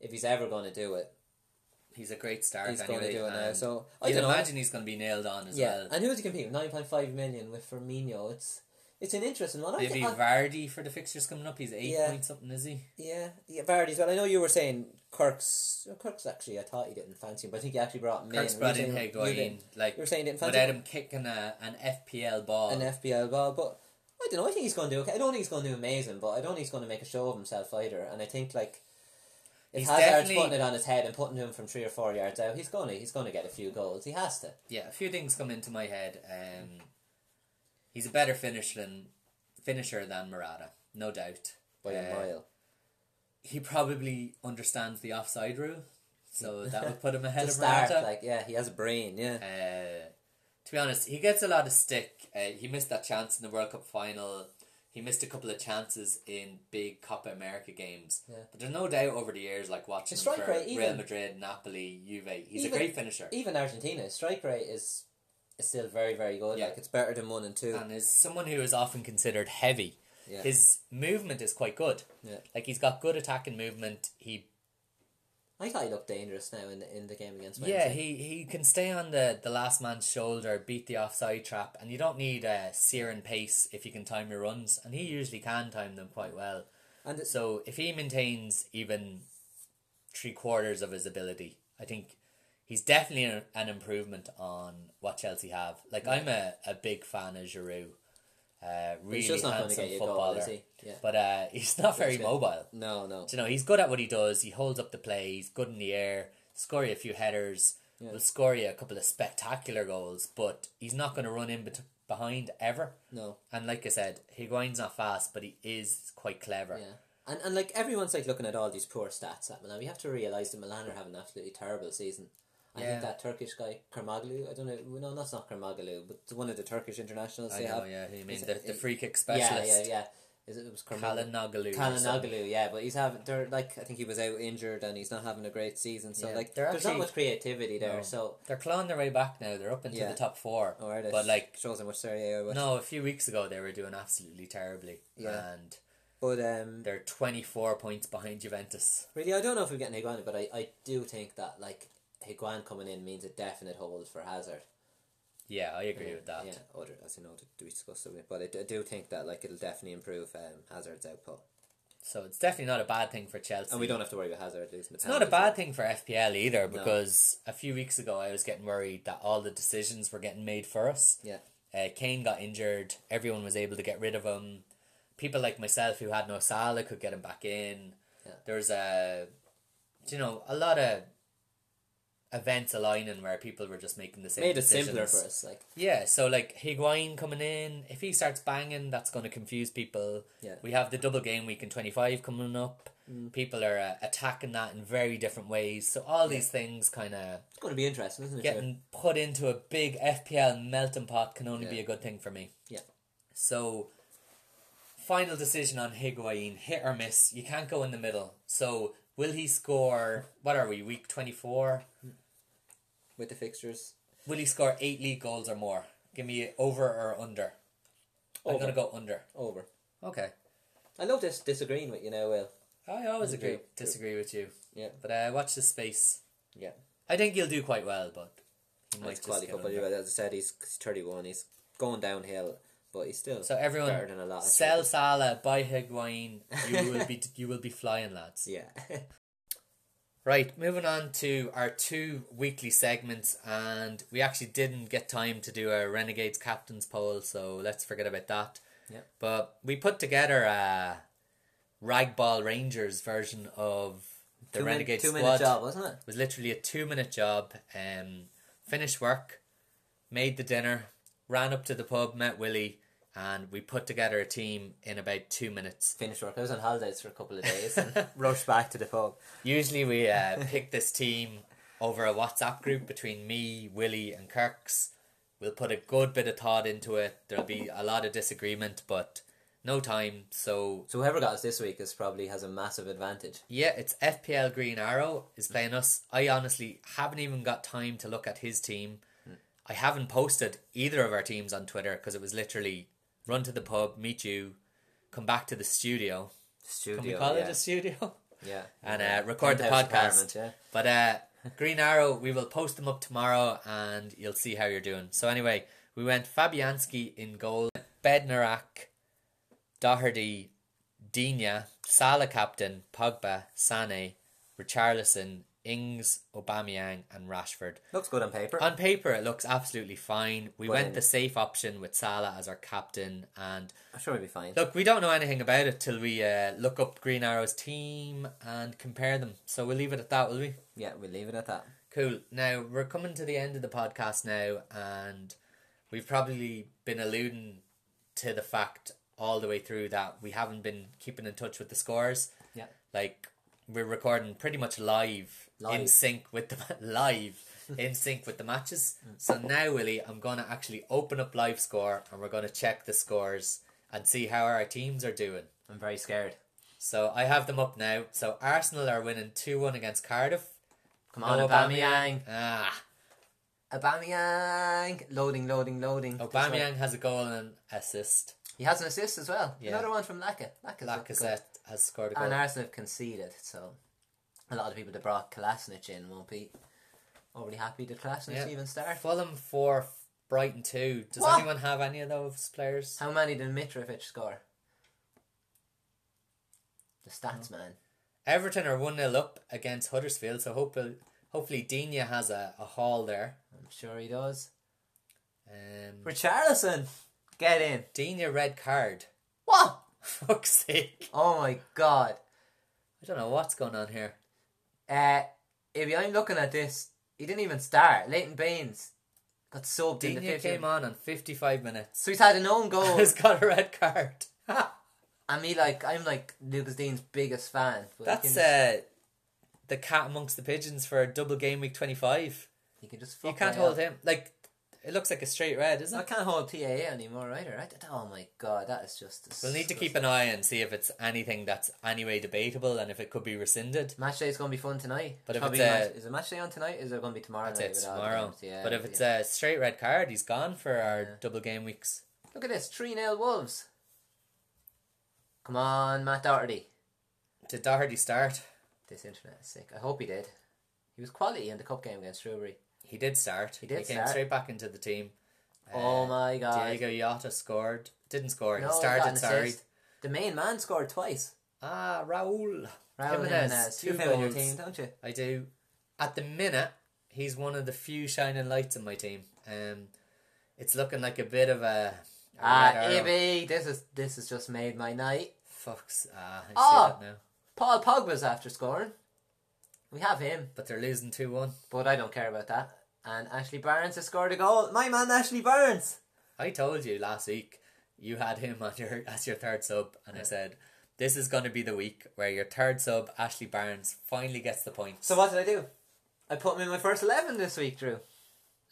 Speaker 2: If he's ever going to do it,
Speaker 1: [laughs] He's a great start.
Speaker 2: he's
Speaker 1: anyway,
Speaker 2: going to do it now.
Speaker 1: and
Speaker 2: So I
Speaker 1: you'd
Speaker 2: don't know.
Speaker 1: imagine he's going to be nailed on as
Speaker 2: Yeah,
Speaker 1: well.
Speaker 2: and who's he competing? Nine point five million with Firmino. It's it's an interesting one. I
Speaker 1: Maybe
Speaker 2: think, I-
Speaker 1: Vardy for the fixtures coming up. He's eight
Speaker 2: Yeah.
Speaker 1: point something, is he?
Speaker 2: yeah, yeah, Vardy's. Well, I know you were saying Kirk's. well, Kirk's actually, I thought you didn't fancy him, but I think he actually brought him
Speaker 1: Kirk's
Speaker 2: in.
Speaker 1: brought
Speaker 2: You
Speaker 1: in
Speaker 2: didn't- you
Speaker 1: Higuain,
Speaker 2: didn't-
Speaker 1: like
Speaker 2: You were saying you didn't fancy
Speaker 1: without
Speaker 2: him,
Speaker 1: him kicking a, an FPL ball.
Speaker 2: an FBL ball, but I don't know. I think he's going to do okay. I don't think he's going to do amazing, but I don't think he's going to make a show of himself either. And I think like. If
Speaker 1: He's
Speaker 2: Hazard's
Speaker 1: definitely-
Speaker 2: putting it on his head and putting him from three or four yards out, he's gonna he's gonna get a few goals. He has to.
Speaker 1: yeah, a few things come into my head. Um, he's a better finisher than finisher than Murata, no doubt.
Speaker 2: By a
Speaker 1: Uh,
Speaker 2: mile.
Speaker 1: He probably understands the offside rule, so that would put him
Speaker 2: To
Speaker 1: ahead of
Speaker 2: start,
Speaker 1: Murata.
Speaker 2: like yeah, he has a brain, yeah.
Speaker 1: Uh, to be honest, he gets a lot of stick. Uh, he missed that chance in the World Cup final. He missed a couple of chances in big Copa America games.
Speaker 2: Yeah.
Speaker 1: But there's no doubt over the years, like watching
Speaker 2: His
Speaker 1: him
Speaker 2: strike
Speaker 1: for
Speaker 2: rate,
Speaker 1: Real
Speaker 2: even-
Speaker 1: Madrid, Napoli, Juve. He's
Speaker 2: Even-
Speaker 1: a great finisher.
Speaker 2: even Argentina strike rate is is still very very good.
Speaker 1: Yeah.
Speaker 2: Like it's better than one and two.
Speaker 1: and is someone who is often considered heavy.
Speaker 2: Yeah.
Speaker 1: His movement is quite good.
Speaker 2: Yeah.
Speaker 1: Like he's got good attacking movement. He
Speaker 2: I thought he looked dangerous now in the, in the game against Wales.
Speaker 1: yeah, he, he can stay on the, the last man's shoulder, beat the offside trap, and you don't need a searing pace if you can time your runs, and he usually can time them quite well.
Speaker 2: and it's
Speaker 1: So if he maintains even three quarters of his ability, I think he's definitely a- an improvement on what Chelsea have. Like I'm a, a big fan of Giroud. Uh, really
Speaker 2: just not gonna
Speaker 1: handsome
Speaker 2: get you a goal,
Speaker 1: footballer,
Speaker 2: is he? Yeah.
Speaker 1: but uh, [laughs] he's not very
Speaker 2: good.
Speaker 1: mobile.
Speaker 2: no no
Speaker 1: Do you know, he's good at what he does. He holds up the play. He's good in the air. Score you a few headers. Will score you a couple of spectacular goals, but he's not going to run in bet- behind ever.
Speaker 2: no
Speaker 1: And like I said, Higuain's not fast, but he is quite clever.
Speaker 2: yeah. And and like everyone's like looking at all these poor stats at Milan. We have to realize that Milan are having an absolutely terrible season. I
Speaker 1: Yeah.
Speaker 2: think that Turkish guy Karmaglu. I don't know. No, that's not Karmaglu, but one of the Turkish internationals.
Speaker 1: I
Speaker 2: they
Speaker 1: know,
Speaker 2: have.
Speaker 1: yeah. You mean
Speaker 2: Is
Speaker 1: the,
Speaker 2: it-
Speaker 1: the free kick
Speaker 2: yeah,
Speaker 1: specialist,
Speaker 2: yeah, yeah. Is it, it was Karmaglu?
Speaker 1: Kalinoglu. or something.
Speaker 2: Kalinoglu, yeah, but he's having they're like I think he was out injured and he's not having a great season. So
Speaker 1: Yeah,
Speaker 2: like
Speaker 1: they're
Speaker 2: there's
Speaker 1: actually-
Speaker 2: not much creativity there.
Speaker 1: No.
Speaker 2: So
Speaker 1: They're clawing their way back now. They're up into
Speaker 2: Yeah.
Speaker 1: the top four.
Speaker 2: oh, right, it
Speaker 1: But like,
Speaker 2: shows how much Serie A was.
Speaker 1: no, a few weeks ago they were doing absolutely terribly,
Speaker 2: Yeah.
Speaker 1: and
Speaker 2: But um,
Speaker 1: they're twenty four points behind Juventus.
Speaker 2: really, I don't know if we're getting Higuain, but I, I do think that like Higuain coming in means a definite hold for Hazard.
Speaker 1: Yeah, I agree with that.
Speaker 2: Yeah, other as you know, did we discussed it? But I do, I do think that like it'll definitely improve um, Hazard's output,
Speaker 1: So it's definitely not a bad thing for Chelsea.
Speaker 2: and we don't have to worry about Hazard losing.
Speaker 1: It's not a bad thing for FPL either because a few weeks ago I was getting worried that all the decisions were getting made for us.
Speaker 2: Yeah.
Speaker 1: Uh, Kane got injured. Everyone was able to get rid of him. People like myself who had no Salah could get him back in.
Speaker 2: Yeah.
Speaker 1: There's a, do you know, a lot of events aligning where people were just making the same
Speaker 2: Made it
Speaker 1: decisions.
Speaker 2: simpler for us, like
Speaker 1: Yeah, so like Higuain coming in, if he starts banging, that's going to confuse people.
Speaker 2: Yeah. Mm.
Speaker 1: We have the double game week in 25 coming up. People are uh, attacking that in very different ways. So all these things kind of
Speaker 2: it's going to be interesting, isn't it? Stuart?
Speaker 1: getting put into a big FPL melting pot can only be
Speaker 2: Yeah.
Speaker 1: a good thing for me.
Speaker 2: Yeah.
Speaker 1: So final decision on Higuain, hit or miss. You can't go in the middle. So will he score, what are we, week 24?
Speaker 2: with the fixtures.
Speaker 1: Will he score 8 league goals or more? Give me over or under. I'm
Speaker 2: Over.
Speaker 1: going to go under.
Speaker 2: Over.
Speaker 1: Okay.
Speaker 2: I love this disagreeing with you now, Will.
Speaker 1: I always agree,
Speaker 2: Agree.
Speaker 1: disagree with you.
Speaker 2: Yeah.
Speaker 1: But uh, watch this space.
Speaker 2: Yeah.
Speaker 1: I think he'll do quite well, but he might
Speaker 2: Nice
Speaker 1: just
Speaker 2: quality
Speaker 1: get
Speaker 2: football.
Speaker 1: under.
Speaker 2: As I said, he's, he's 31. He's going downhill, but he's still
Speaker 1: So everyone,
Speaker 2: better than a lot. of
Speaker 1: sell
Speaker 2: people.
Speaker 1: Salah, buy Higuain. You
Speaker 2: [laughs]
Speaker 1: will be you will be flying, lads.
Speaker 2: Yeah. [laughs]
Speaker 1: Right, moving on to our two weekly segments, and we actually didn't get time to do a Renegades captains poll, so let's forget about that.
Speaker 2: Yeah.
Speaker 1: But we put together a Ragball Rangers version of the
Speaker 2: two
Speaker 1: Renegade
Speaker 2: minute,
Speaker 1: squad.
Speaker 2: two minute job, wasn't it?
Speaker 1: It was literally a two minute job. Um, finished work, made the dinner, ran up to the pub, met Willie, and we put together a team in about two minutes.
Speaker 2: Finished work. I was on holidays for a couple of days [laughs] and rushed back to the pub.
Speaker 1: Usually we uh, [laughs] pick this team over a WhatsApp group between me, Willie, and Kirks. We'll put a good bit of thought into it. There'll be a lot of disagreement, but no time. So
Speaker 2: So whoever got us this week is probably has a massive advantage.
Speaker 1: yeah, it's FPL Green Arrow is playing us. I honestly haven't even got time to look at his team. I haven't posted either of our teams on Twitter because it was literally run to the pub, meet you, come back to the studio.
Speaker 2: Studio.
Speaker 1: Can we call
Speaker 2: yeah.
Speaker 1: it a studio? [laughs]
Speaker 2: yeah.
Speaker 1: and uh, record the
Speaker 2: Penthouse
Speaker 1: podcast.
Speaker 2: apartment, yeah.
Speaker 1: But uh, Green Arrow, we will post them up tomorrow, and you'll see how you're doing. So anyway, we went Fabianski in goal, Bednarak, Doherty, Dina, Salah captain, Pogba, Sane, Richarlison, Ings, Aubameyang, and Rashford.
Speaker 2: Looks good on paper.
Speaker 1: On paper, it looks absolutely fine. We
Speaker 2: But
Speaker 1: went
Speaker 2: in-
Speaker 1: the safe option with Salah as our captain, and
Speaker 2: I'm sure we'll be fine.
Speaker 1: Look, we don't know anything about it till we uh, look up Green Arrow's team and compare them. So we'll leave it at that, will we?
Speaker 2: Yeah, we'll leave it at that.
Speaker 1: Cool. Now we're coming to the end of the podcast now, and we've probably been alluding to the fact all the way through that we haven't been keeping in touch with the scores.
Speaker 2: Yeah.
Speaker 1: Like we're recording pretty much live, in
Speaker 2: Live.
Speaker 1: sync with the [laughs] live in sync with the matches. So now, Willie, I'm gonna actually open up live score, and we're gonna check the scores and see how our teams are doing.
Speaker 2: I'm very scared.
Speaker 1: So I have them up now. So Arsenal are winning two one against Cardiff.
Speaker 2: Come on,
Speaker 1: No
Speaker 2: Aubameyang.
Speaker 1: Ah.
Speaker 2: Aubameyang. Loading, loading, loading. This way.
Speaker 1: Aubameyang has a goal and an assist.
Speaker 2: He has an assist as well.
Speaker 1: Yeah.
Speaker 2: Another one from Laka. Laka's looked good.
Speaker 1: Lacazette has scored a goal.
Speaker 2: And Arsenal have conceded, so a lot of people that brought Kolasinac in won't be overly happy that Kolasinac
Speaker 1: Yeah.
Speaker 2: even start.
Speaker 1: Fulham four, Brighton two. Does
Speaker 2: What?
Speaker 1: anyone have any of those players?
Speaker 2: How many did Mitrovic score? The stats man.
Speaker 1: Everton are one 0 up against Huddersfield. So hopefully, hopefully Dina has a, a haul there.
Speaker 2: I'm sure he does.
Speaker 1: Um,
Speaker 2: Richarlison, get in.
Speaker 1: Dina red card. [laughs]
Speaker 2: What?
Speaker 1: Fuck's sake!
Speaker 2: Oh my god.
Speaker 1: I don't know what's going on here.
Speaker 2: Uh, if I'm looking at this, he didn't even start. Leighton Baines got subbed in the Oh.
Speaker 1: Dina
Speaker 2: 50th.
Speaker 1: came on on fifty five minutes.
Speaker 2: So he's had an
Speaker 1: [laughs]
Speaker 2: own goal.
Speaker 1: Has got a red card. [laughs]
Speaker 2: and me like I'm like Lucas Dean's biggest fan. But you
Speaker 1: That's
Speaker 2: can, just,
Speaker 1: uh, the cat amongst the pigeons for double game week twenty five.
Speaker 2: you can just
Speaker 1: You
Speaker 2: fuck
Speaker 1: can't
Speaker 2: my
Speaker 1: hold
Speaker 2: head.
Speaker 1: him. Like it looks like a straight red, isn't
Speaker 2: I
Speaker 1: it?
Speaker 2: can't hold TAA anymore either, right? Oh my god, that is just.
Speaker 1: We'll need to keep
Speaker 2: disgusting.
Speaker 1: an eye and see if it's anything that's anyway debatable and if it could be rescinded.
Speaker 2: Match day is going to be fun tonight.
Speaker 1: But if
Speaker 2: Probably
Speaker 1: it's, uh,
Speaker 2: match- is a match day on tonight? Is there going to be tomorrow?
Speaker 1: That's
Speaker 2: night
Speaker 1: it
Speaker 2: with all the
Speaker 1: tomorrow.
Speaker 2: games? Yeah,
Speaker 1: but if it's uh,
Speaker 2: yeah.
Speaker 1: a straight red card, he's gone for our
Speaker 2: Yeah.
Speaker 1: double game weeks.
Speaker 2: look at this three 0 Wolves. Come on, Matt Doherty.
Speaker 1: Did Doherty start?
Speaker 2: This internet is sick. I hope he did. He was quality in the cup game against Shrewsbury.
Speaker 1: He did start.
Speaker 2: He did
Speaker 1: He came
Speaker 2: start.
Speaker 1: straight back into the team.
Speaker 2: oh
Speaker 1: Uh,
Speaker 2: my god!
Speaker 1: Diego Yota scored. Didn't score.
Speaker 2: No,
Speaker 1: he
Speaker 2: he got an
Speaker 1: started. Sorry.
Speaker 2: assist. The main man scored twice.
Speaker 1: Ah, Raul.
Speaker 2: Raul
Speaker 1: Jimenez,
Speaker 2: Jimenez.
Speaker 1: two
Speaker 2: You have him on your
Speaker 1: goals.
Speaker 2: team, don't you?
Speaker 1: I do. At the minute, he's one of the few shining lights in my team. Um, it's looking like a bit of a. a
Speaker 2: Ah,
Speaker 1: red arrow.
Speaker 2: Ibby, this is this has just made my night.
Speaker 1: Fucks. Ah, I
Speaker 2: Ah!
Speaker 1: see that now.
Speaker 2: Paul Pogba's after scoring. We have him,
Speaker 1: But they're losing 2 1.
Speaker 2: but I don't care about that. And Ashley Barnes has scored a goal. My man, Ashley Barnes.
Speaker 1: I told you last week you had him on your [laughs] as your third sub, and I said this is going to be the week where your third sub Ashley Barnes finally gets the points.
Speaker 2: So what did I do? I put him in my first eleven this week, Drew.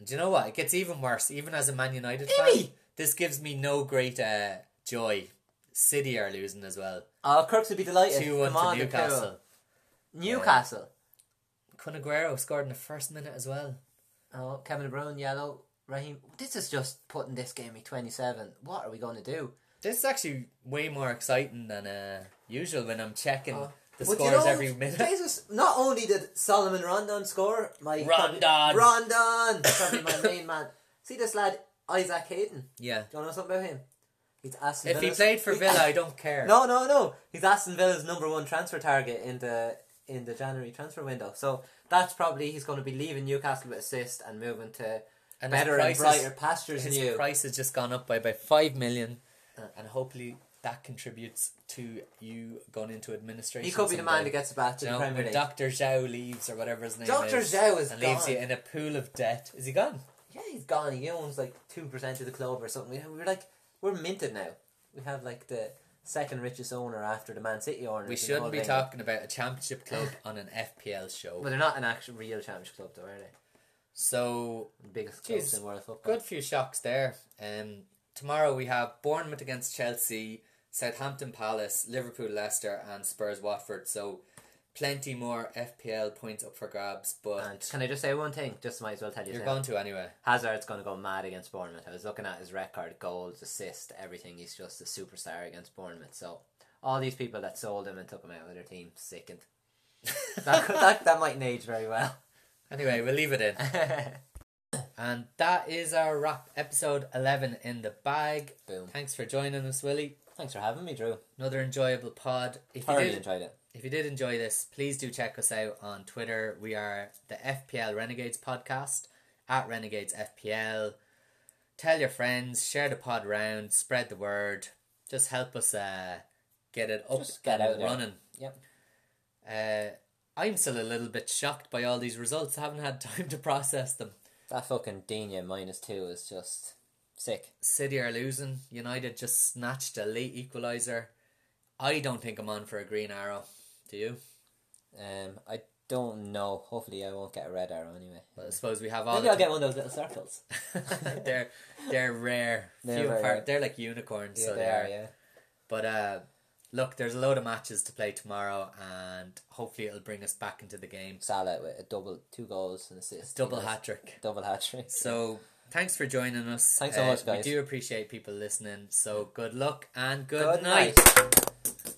Speaker 1: Do you know what? It gets even worse, even as a Man United fan.
Speaker 2: Ibby!
Speaker 1: This gives me no great uh, joy. City are losing as well.
Speaker 2: Oh, Kirks would be delighted.
Speaker 1: Two one
Speaker 2: Come on,
Speaker 1: to Newcastle.
Speaker 2: Liverpool. Newcastle.
Speaker 1: Cunaguero scored in the first minute as well.
Speaker 2: Oh, Kevin De Bruyne, yellow. Raheem. This is just putting this game at twenty-seven. What are we going to do?
Speaker 1: This is actually way more exciting than uh, usual when I'm checking
Speaker 2: Oh.
Speaker 1: the
Speaker 2: But
Speaker 1: scores
Speaker 2: you know,
Speaker 1: every minute.
Speaker 2: Jesus, not only did Solomon Rondon score, my
Speaker 1: Rondon.
Speaker 2: probably- Rondon, probably my
Speaker 1: [laughs]
Speaker 2: main man. See this lad, Isaac Hayden.
Speaker 1: [laughs] Yeah.
Speaker 2: Do you know something about him? He's Aston.
Speaker 1: If he
Speaker 2: Villa's-
Speaker 1: played for Villa, I don't care.
Speaker 2: [laughs] no, no, no. He's Aston Villa's number one transfer target in the in the January transfer window. So that's probably he's going to be leaving Newcastle with assist and moving to
Speaker 1: And his
Speaker 2: better and
Speaker 1: price is-
Speaker 2: brighter pastures. than
Speaker 1: His
Speaker 2: you.
Speaker 1: price has just gone up by about five million, uh, and hopefully that contributes to you going into administration.
Speaker 2: he could be the man
Speaker 1: someday.
Speaker 2: that gets a bat
Speaker 1: You
Speaker 2: in the
Speaker 1: know,
Speaker 2: Premier
Speaker 1: when
Speaker 2: League.
Speaker 1: Doctor Zhao leaves or whatever his name
Speaker 2: Dr.
Speaker 1: is,
Speaker 2: Zhao is
Speaker 1: and leaves you
Speaker 2: gone.
Speaker 1: in a pool of debt. Is he gone?
Speaker 2: yeah, he's gone. He owns like two percent of the club or something. We- We're like we're minted now. We have like the second richest owner after the Man City owner.
Speaker 1: We shouldn't be talking about a championship
Speaker 2: [sighs]
Speaker 1: club on an FPL show.
Speaker 2: But they're not an actual real championship club, though, are they?
Speaker 1: so
Speaker 2: The biggest
Speaker 1: Jeez,
Speaker 2: clubs in world football.
Speaker 1: good few shocks there. Um, tomorrow we have Bournemouth against Chelsea, Southampton Palace, Liverpool Leicester, and Spurs Watford. So plenty more FPL points up for grabs, but
Speaker 2: And can I just say one thing? Just might as well tell you.
Speaker 1: you're
Speaker 2: now.
Speaker 1: going to anyway.
Speaker 2: Hazard's going to go mad against Bournemouth. I was looking at his record, goals, assists, everything. He's just a superstar against Bournemouth. So all these people that sold him and took him out of their team,
Speaker 1: [laughs]
Speaker 2: sickened. that, that, that mightn't age very well. [laughs]
Speaker 1: Anyway, we'll leave it in. And that is our wrap. Episode 11 in the bag.
Speaker 2: Boom.
Speaker 1: Thanks for joining us, Willie.
Speaker 2: Thanks for having me, Drew.
Speaker 1: Another enjoyable pod. If
Speaker 2: Thoroughly
Speaker 1: you did,
Speaker 2: enjoyed it.
Speaker 1: if you did enjoy this, please do check us out on Twitter. We are the FPL Renegades podcast at Renegades FPL. Tell your friends, share the pod round, spread the word. Just help us uh, get it up
Speaker 2: Just get
Speaker 1: and
Speaker 2: out there.
Speaker 1: running.
Speaker 2: Yep.
Speaker 1: Uh, I'm still a little bit shocked by all these results. I haven't had [laughs] time to process them.
Speaker 2: That fucking Dina minus two is just sick.
Speaker 1: City are losing. United just snatched a late equaliser. I don't think I'm on for a green arrow. Do you?
Speaker 2: Um, I don't know. Hopefully, I won't get a red arrow anyway.
Speaker 1: I suppose we have all.
Speaker 2: Maybe
Speaker 1: the
Speaker 2: I'll get one of those little circles.
Speaker 1: time. [laughs] they're they're rare.
Speaker 2: They're
Speaker 1: Few
Speaker 2: very
Speaker 1: apart.
Speaker 2: rare.
Speaker 1: They're like unicorns.
Speaker 2: Yeah,
Speaker 1: so
Speaker 2: they are, yeah.
Speaker 1: But uh, look, there's a load of matches to play tomorrow, and hopefully it'll bring us back into the game.
Speaker 2: Salah with a double, two goals and assists.
Speaker 1: Double hat trick.
Speaker 2: Double hat trick.
Speaker 1: So thanks for joining us. Uh,
Speaker 2: Thanks so much, guys.
Speaker 1: We do appreciate people listening. So good luck and good,
Speaker 2: Good
Speaker 1: night.
Speaker 2: night.